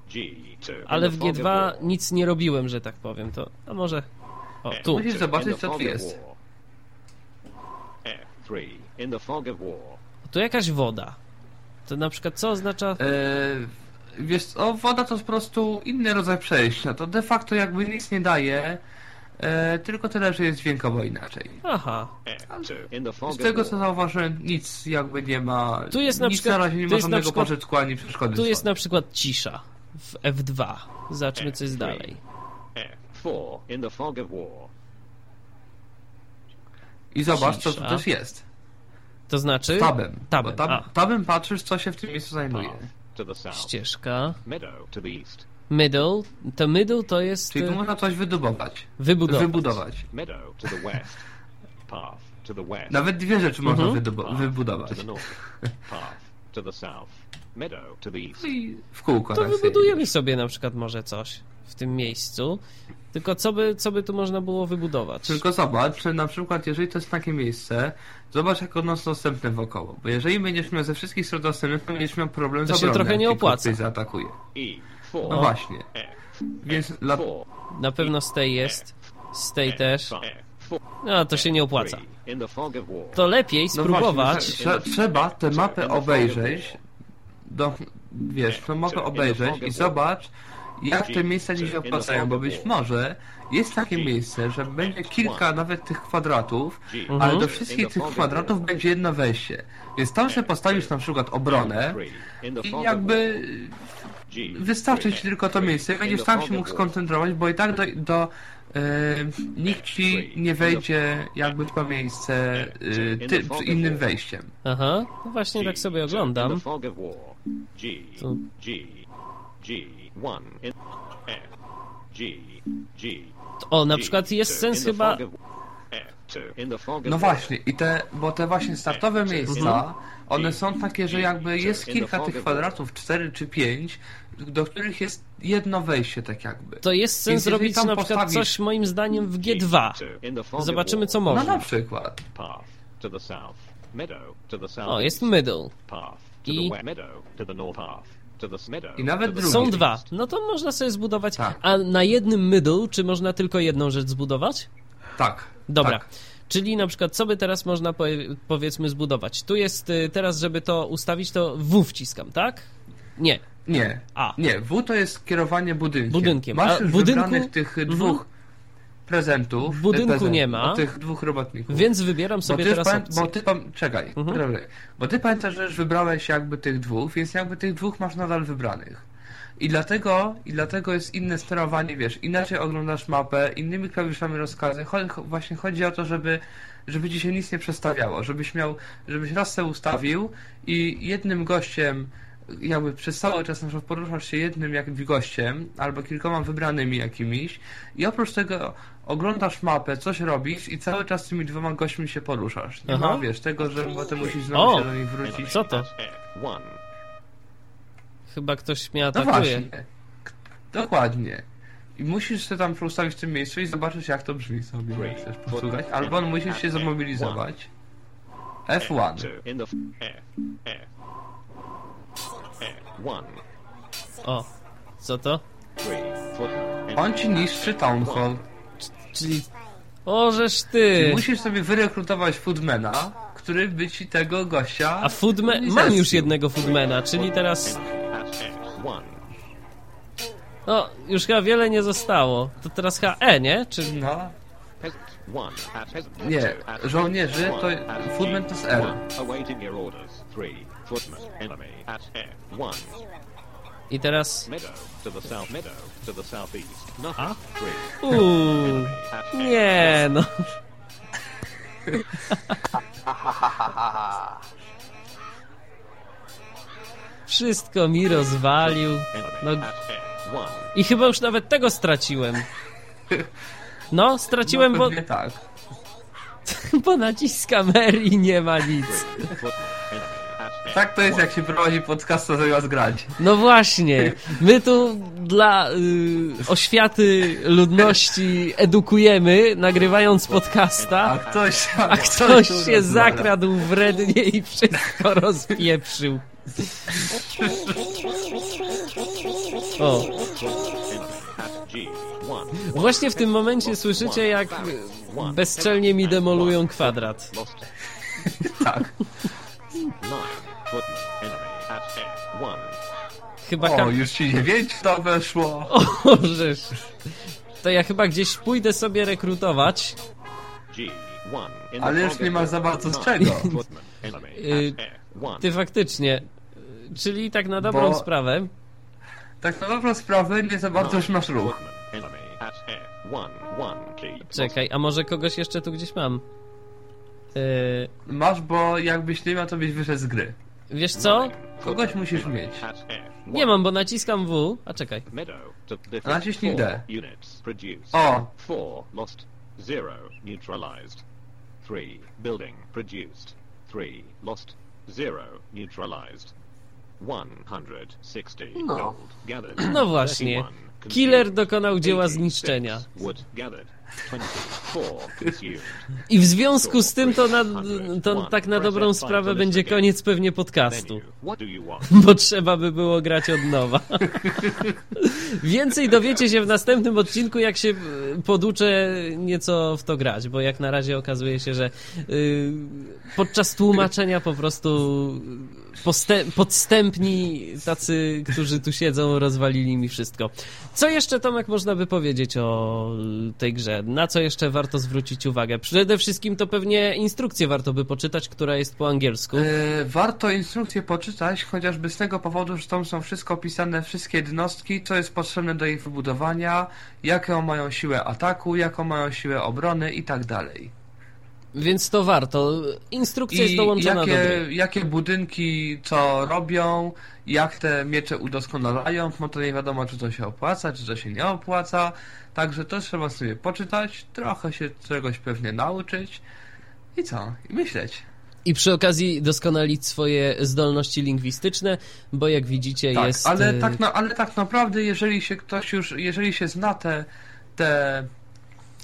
S6: G2.
S1: Ale w G2 nic nie robiłem, że tak powiem. To a może. O, tu.
S2: Musisz zobaczyć, co tu jest.
S6: F3, in the fog of war.
S1: Tu jakaś woda. To na przykład co oznacza.
S2: Eee, wiesz, o, woda to po prostu inny rodzaj przejścia. To de facto jakby nic nie daje, eee, tylko tyle, że jest dźwiękowo inaczej.
S1: Aha.
S6: F2, in the
S2: Z
S6: fog of
S2: tego co
S6: war.
S2: zauważyłem, nic jakby nie ma.
S1: Tu jest na
S2: nic
S1: przykład-
S2: na razie nie
S1: tu
S2: ma
S1: jest na
S2: żadnego
S1: przykład-
S2: pożytku ani przeszkody.
S1: Tu jest
S2: żadnej.
S1: na przykład cisza w F2. Zobaczmy, co jest dalej.
S6: F4, in the fog of war.
S2: I zobacz, co tu
S1: cisza.
S2: też jest.
S1: To znaczy.
S2: Tabem.
S1: Tabem.
S2: Bo Tab,
S1: A,
S2: tabem patrzysz, co się w tym miejscu
S1: No
S2: zajmuje.
S6: Path to the south.
S1: ścieżka.
S6: Meadow to the east.
S1: Middle. To middle to jest.
S2: Czyli tu
S1: y,
S2: można coś wydubować.
S1: Wybudować.
S2: Wybudować.
S6: Meadow to the west. Path to the west.
S2: Nawet dwie rzeczy można
S1: Mhm.
S2: wydubo-
S6: To
S2: wybudować.
S6: the north. Path to the south. Meadow to the east.
S2: No i w kółko
S1: To
S2: tak sobie
S1: wybudujemy
S2: jedziesz.
S1: sobie na przykład może coś w tym miejscu. Tylko co by, co by tu można było wybudować?
S2: Tylko zobacz, że na przykład jeżeli to jest takie miejsce, zobacz jak ono jest dostępne wokoło. Bo jeżeli będziesz miał ze wszystkich stron dostępnych, to będziesz miał problem
S1: To
S2: z
S1: się
S2: obroną,
S1: trochę
S2: jak
S1: nie
S2: cię
S1: opłaca.
S2: ktoś zaatakuje.
S6: E4.
S2: No właśnie.
S6: F.
S2: Więc dla...
S6: F4.
S1: Na pewno z tej jest. Z tej też.
S6: F4.
S1: No, to się nie opłaca.
S6: Three. In the fog of war.
S1: To lepiej
S2: No
S1: spróbować.
S2: Właśnie, trze- trzeba tę mapę obejrzeć. Do, wiesz, tę mapę obejrzeć i zobacz, jak te miejsca ci się opłacają, bo być może jest takie miejsce, że będzie kilka nawet tych kwadratów, ale do wszystkich tych kwadratów będzie jedno wejście. Więc tam sobie postawisz na przykład obronę
S6: Three. In the
S2: i
S6: fog of
S2: jakby
S6: war. G.
S2: wystarczy ci
S6: Three.
S2: tylko to
S6: Three.
S2: miejsce,
S6: In
S2: będziesz
S6: the
S2: tam
S6: fog
S2: się
S6: of
S2: mógł
S6: war.
S2: skoncentrować, bo i tak do... do e, nikt ci nie wejdzie jakby w to miejsce y, ty, przy innym wejściem.
S1: Aha, no właśnie
S6: G.
S1: tak sobie
S6: In the
S1: oglądam.
S6: fog of war. G.
S1: To-
S6: G. G1. In F. G. G.
S1: O, na przykład jest sens chyba.
S2: No właśnie, i te, bo te właśnie startowe miejsca, one są takie, że jakby jest kilka tych kwadratów, cztery czy pięć, do których jest jedno wejście tak jakby.
S1: To jest
S2: Więc
S1: sens
S2: jeżeli
S1: zrobić
S2: tam
S1: na przykład
S2: postawisz-
S1: coś moim zdaniem w G2. Zobaczymy co
S2: No na
S1: można.
S2: przykład.
S6: Path to the south. Meadow to the south.
S1: O, jest middle.
S6: path to
S1: I-
S6: the west. Meadow to the north half. To the s- meadow.
S2: I nawet
S6: to the
S2: drugi.
S1: Są
S6: south
S1: dwa.
S6: east.
S1: No to można sobie zbudować.
S2: Tak.
S1: A na jednym middle, czy można tylko jedną rzecz zbudować?
S2: Tak.
S1: Dobra.
S2: Tak.
S1: Czyli na przykład, co by teraz można powie- powiedzmy zbudować? Tu jest y, teraz, żeby to ustawić, to W wciskam, tak? Nie.
S2: Nie.
S1: A.
S2: Nie, W to jest kierowanie budynkiem.
S1: Budynkiem.
S2: Masz
S1: A
S2: już
S1: budynku- Mhm.
S2: wybranych tych dwóch prezentów.
S1: W budynku
S2: e, prezent-
S1: nie ma.
S2: o, Tych dwóch robotników.
S1: Więc wybieram sobie
S2: bo ty
S1: teraz
S2: już pamię-
S1: opcję.
S2: Bo ty pam- czekaj, Dobrze. bo ty pamiętasz, że już wybrałeś jakby tych dwóch, więc jakby tych dwóch masz nadal wybranych. I dlatego, I dlatego jest inne sterowanie, wiesz, inaczej oglądasz mapę, innymi klawiszami rozkazy. Cho- cho- właśnie chodzi o to, żeby, żeby ci się nic nie przestawiało, żebyś miał, żebyś raz se ustawił i jednym gościem, jakby przez cały czas na przykład poruszasz się jednym jakimś gościem, albo kilkoma wybranymi jakimiś i oprócz tego oglądasz mapę, coś robisz i cały czas tymi dwoma gośćmi się poruszasz. Nie
S1: Aha.
S2: ma, wiesz, tego, że potem musisz
S1: O!
S2: znowu się do nich wrócić.
S1: Co to?
S6: F1.
S1: Chyba ktoś mnie
S2: No
S1: atakuje.
S2: właśnie. K- Dokładnie. I musisz się tam ustawić w tym miejscu i zobaczyć, jak to brzmi sobie, jak chcesz posłuchać. Albo on musisz się zamobilizować. F1.
S6: Two in the f- F. F. F1.
S1: o, co to?
S6: Three. Four. and
S2: On ci niszczy Town Hall.
S1: Czyli... O, żeż ty!
S2: Musisz sobie wyrekrutować Foodmana, który by ci tego gościa...
S1: A foodman... Mam już jednego foodmana, czyli teraz...
S6: F1.
S1: No, już chyba wiele nie zostało. To teraz chyba E, nie? Czy...
S2: No.
S6: Peasant. One. At peasant.
S2: Nie,
S6: Two. At-
S2: żołnierzy to-
S6: One. At
S2: footmen to jest R.
S6: One. Awaiting your orders. Three. Footman. Enemy. At F1.
S1: I teraz...
S6: Meadow to the south. Meadow to the southeast. Nothing. Three.
S1: Uuu...
S6: At
S1: Nie, no... Wszystko mi rozwalił. No,
S6: Enemy. At F1.
S1: I chyba już nawet tego straciłem. No, straciłem,
S2: no,
S1: bo,
S2: pewnie tak.
S1: bo naciskam R i nie ma nic.
S6: Three. Footman. Enemy. At
S2: Tak to jest, jak się prowadzi podcast, to zamiast grać.
S1: No właśnie, my tu dla y, oświaty ludności edukujemy, nagrywając podcasta,
S2: A ktoś...
S1: a ktoś się zakradł wrednie i wszystko rozpieprzył. O,
S6: At G1.
S1: właśnie w tym momencie słyszycie, jak y, bezczelnie mi demolują kwadrat.
S6: Lost
S2: Tak.
S6: 9. Put enemy at F1.
S1: Chyba
S2: O,
S1: ka-
S2: już ci dziewięć to weszło.
S1: O, żeż. To ja chyba gdzieś pójdę sobie rekrutować.
S6: G1. in
S2: Ale
S6: the
S2: już nie
S6: target
S2: ma za bardzo z
S6: nine.
S2: czego.
S6: Put enemy
S1: Y,
S6: at F1.
S1: Ty faktycznie. Czyli tak na dobrą
S2: Bo-
S1: sprawę.
S2: Tak na dobrą sprawę nie za bardzo już masz ruch.
S6: Putman, enemy at F1. 1 G.
S1: Czekaj, a może kogoś jeszcze tu gdzieś mam? Yy,
S2: Masz, bo jakbyś nie miał, to byś wyszedł z gry.
S1: wiesz co?
S2: Kogoś musisz mieć.
S6: At F1.
S1: Nie mam, bo naciskam W. A czekaj.
S6: Meadow to defeat
S2: Naciśnij
S6: four
S2: D.
S6: Units produced.
S2: O.
S6: 4 lost. 0 neutralized. 3 building produced. 3 lost. 0 neutralized. 160
S3: No.
S6: gold gathered.
S1: No właśnie.
S6: 31 consumed.
S1: Killer dokonał dzieła
S6: 86
S1: zniszczenia.
S6: Wood gathered. 24 consumed.
S1: I w związku z tym to, na, to tak na dobrą sprawę będzie koniec pewnie podcastu.
S6: Menu. What do you want?
S1: Bo trzeba by było grać od nowa. Więcej dowiecie się w następnym odcinku, jak się y, poduczę nieco w to grać, bo jak na razie okazuje się, że y, podczas tłumaczenia po prostu postę- podstępni tacy, którzy tu siedzą, rozwalili mi wszystko. Co jeszcze, Tomek, można by powiedzieć o tej grze? Na co jeszcze warto zwrócić uwagę? Przede wszystkim to pewnie instrukcję warto by poczytać, która jest po angielsku.
S2: Yy, warto instrukcję poczytać, chociażby z tego powodu, że tam są wszystko opisane, wszystkie jednostki, co jest potrzebne do ich wybudowania, jaką mają siłę ataku, jaką mają siłę obrony i tak dalej.
S1: Więc to warto. Instrukcja jest
S2: I
S1: dołączona
S2: jakie,
S1: do gry.
S2: jakie budynki co robią, jak te miecze udoskonalają, bo to nie wiadomo, czy to się opłaca, czy to się nie opłaca. Także to trzeba sobie poczytać, trochę się czegoś pewnie nauczyć i co? I myśleć.
S1: I przy okazji doskonalić swoje zdolności lingwistyczne, bo jak widzicie
S2: Tak,
S1: jest...
S2: ale,
S1: e,
S2: tak na, ale tak naprawdę, jeżeli się ktoś już, jeżeli się zna te, te,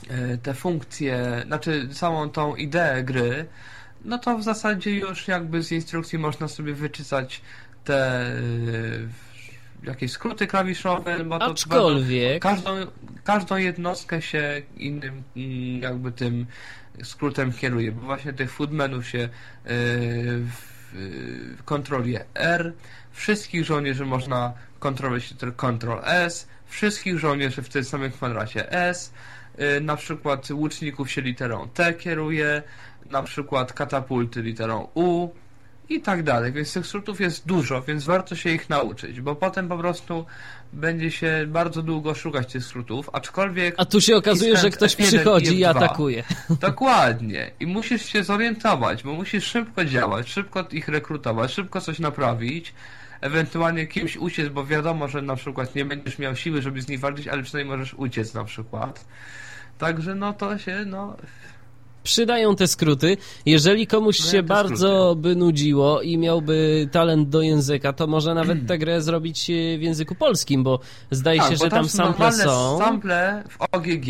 S2: e, te funkcje, znaczy samą tą ideę gry, no to w zasadzie już jakby z instrukcji można sobie wyczytać te e, jakieś skróty klawiszowe, bo to będą-
S1: Aczkolwiek...
S2: każdą, każdą jednostkę się innym mm, jakby tym skrótem kieruje, bo właśnie tych foodmenów się yy, w- yy, kontroluje R, wszystkich żołnierzy można kontrolować się tylko Ctrl S, wszystkich żołnierzy w tym samym kwadracie S, yy, na przykład łuczników się literą T kieruje, na przykład katapulty literą U i tak dalej, więc tych skrótów jest dużo, więc warto się ich nauczyć, bo potem po prostu będzie się bardzo długo szukać tych skrótów, aczkolwiek
S1: A tu się okazuje, że
S2: Pisząc
S1: ktoś
S2: F1 i
S1: przychodzi i
S2: F2.
S1: atakuje.
S2: dokładnie i musisz się zorientować, bo musisz szybko działać, szybko ich rekrutować, szybko coś naprawić, ewentualnie kimś uciec, bo wiadomo, że na przykład nie będziesz miał siły, żeby z nich walczyć, ale przynajmniej możesz uciec na przykład. Także no to się, no...
S1: Przydają te skróty. Jeżeli komuś
S2: Przydają
S1: się
S2: te
S1: bardzo by nudziło i miałby talent do języka, to może nawet tę grę zrobić e, w języku polskim, bo zdaje się,
S2: Tak, bo
S1: że tam
S2: są
S1: sample
S2: normalne
S1: są.
S2: sample w OGG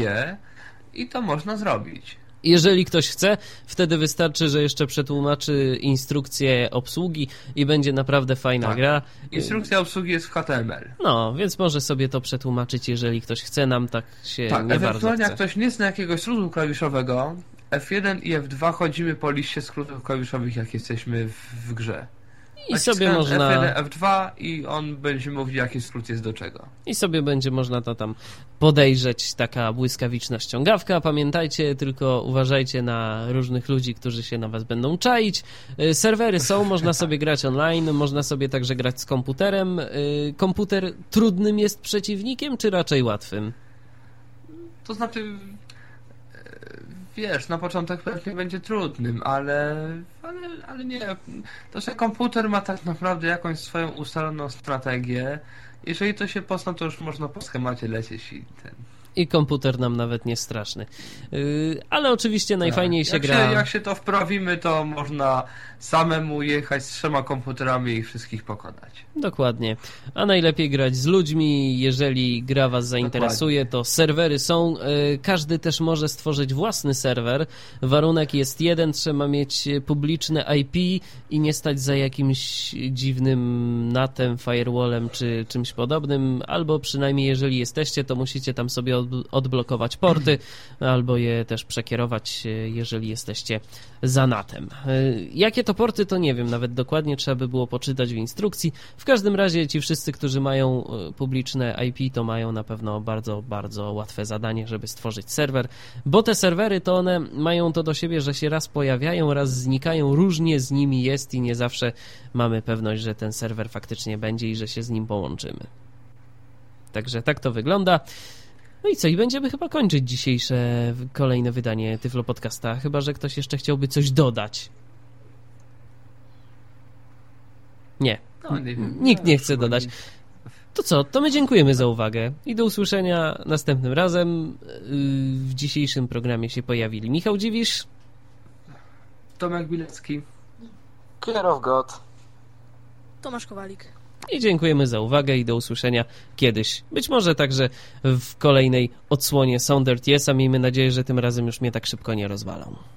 S2: i to można zrobić.
S1: Jeżeli ktoś chce, wtedy wystarczy, że jeszcze przetłumaczy instrukcję obsługi i będzie naprawdę fajna
S2: Tak.
S1: gra.
S2: Instrukcja obsługi jest w HTML.
S1: No, więc może sobie to przetłumaczyć, jeżeli ktoś chce. Nam tak się
S2: Tak,
S1: nie bardzo
S2: ewentualnie jak
S1: chce.
S2: ktoś nie zna jakiegoś skrótu klawiszowego, F1 i F2 chodzimy po liście skrótów klawiszowych, jak jesteśmy w, w grze.
S1: I
S2: Naciskamy
S1: sobie, można,
S2: F1, F2 i on będzie mówił, jaki skrót jest do czego.
S1: I sobie będzie można to tam podejrzeć, taka błyskawiczna ściągawka. Pamiętajcie, tylko uważajcie na różnych ludzi, którzy się na was będą czaić. Y, Serwery są, można sobie grać online, można sobie także grać z komputerem. Y, Komputer trudnym jest przeciwnikiem, czy raczej łatwym?
S2: To znaczy, e, wiesz, na początek pewnie będzie trudnym, ale, ale, ale nie. To, że komputer ma tak naprawdę jakąś swoją ustaloną strategię, jeżeli to się pozna, to już można po schemacie lecieć i ten.
S1: i komputer nam nawet nie straszny. Yy, ale oczywiście najfajniej się
S2: Tak. jak
S1: gra.
S2: Się, jak się to wprawimy, to można samemu jechać z trzema komputerami i wszystkich pokonać.
S1: Dokładnie. A najlepiej grać z ludźmi. Jeżeli gra Was zainteresuje, to serwery są. y, Każdy też może stworzyć własny serwer. Warunek jest jeden: trzeba mieć y, publiczne IP i nie stać za jakimś dziwnym natem, firewallem czy czymś podobnym. Albo przynajmniej, jeżeli jesteście, to musicie tam sobie od- odblokować porty albo je też przekierować, y, jeżeli jesteście za natem. Y, Jakie to porty, to nie wiem, nawet dokładnie trzeba by było poczytać w instrukcji. W każdym razie ci wszyscy, którzy mają y, publiczne IP, to mają na pewno bardzo, bardzo łatwe zadanie, żeby stworzyć serwer, bo te serwery to one mają to do siebie, że się raz pojawiają, raz znikają, różnie z nimi jest i nie zawsze mamy pewność, że ten serwer faktycznie będzie i że się z nim połączymy. Także tak to wygląda. No i co, i będziemy chyba kończyć dzisiejsze w- kolejne wydanie Tyflo Podcasta, chyba że ktoś jeszcze chciałby coś dodać. Nie,
S2: No, nie wiem.
S1: nikt nie chce dodać. To co, to my dziękujemy za uwagę i do usłyszenia następnym razem. Yy, W dzisiejszym programie się pojawili Michał Dziwisz,
S2: Tomek Bilecki.
S3: Killer of God.
S4: Tomasz Kowalik.
S1: I dziękujemy za uwagę i do usłyszenia kiedyś. Być może także w kolejnej odsłonie Sound Yes, a miejmy nadzieję, że tym razem już mnie tak szybko nie rozwalą.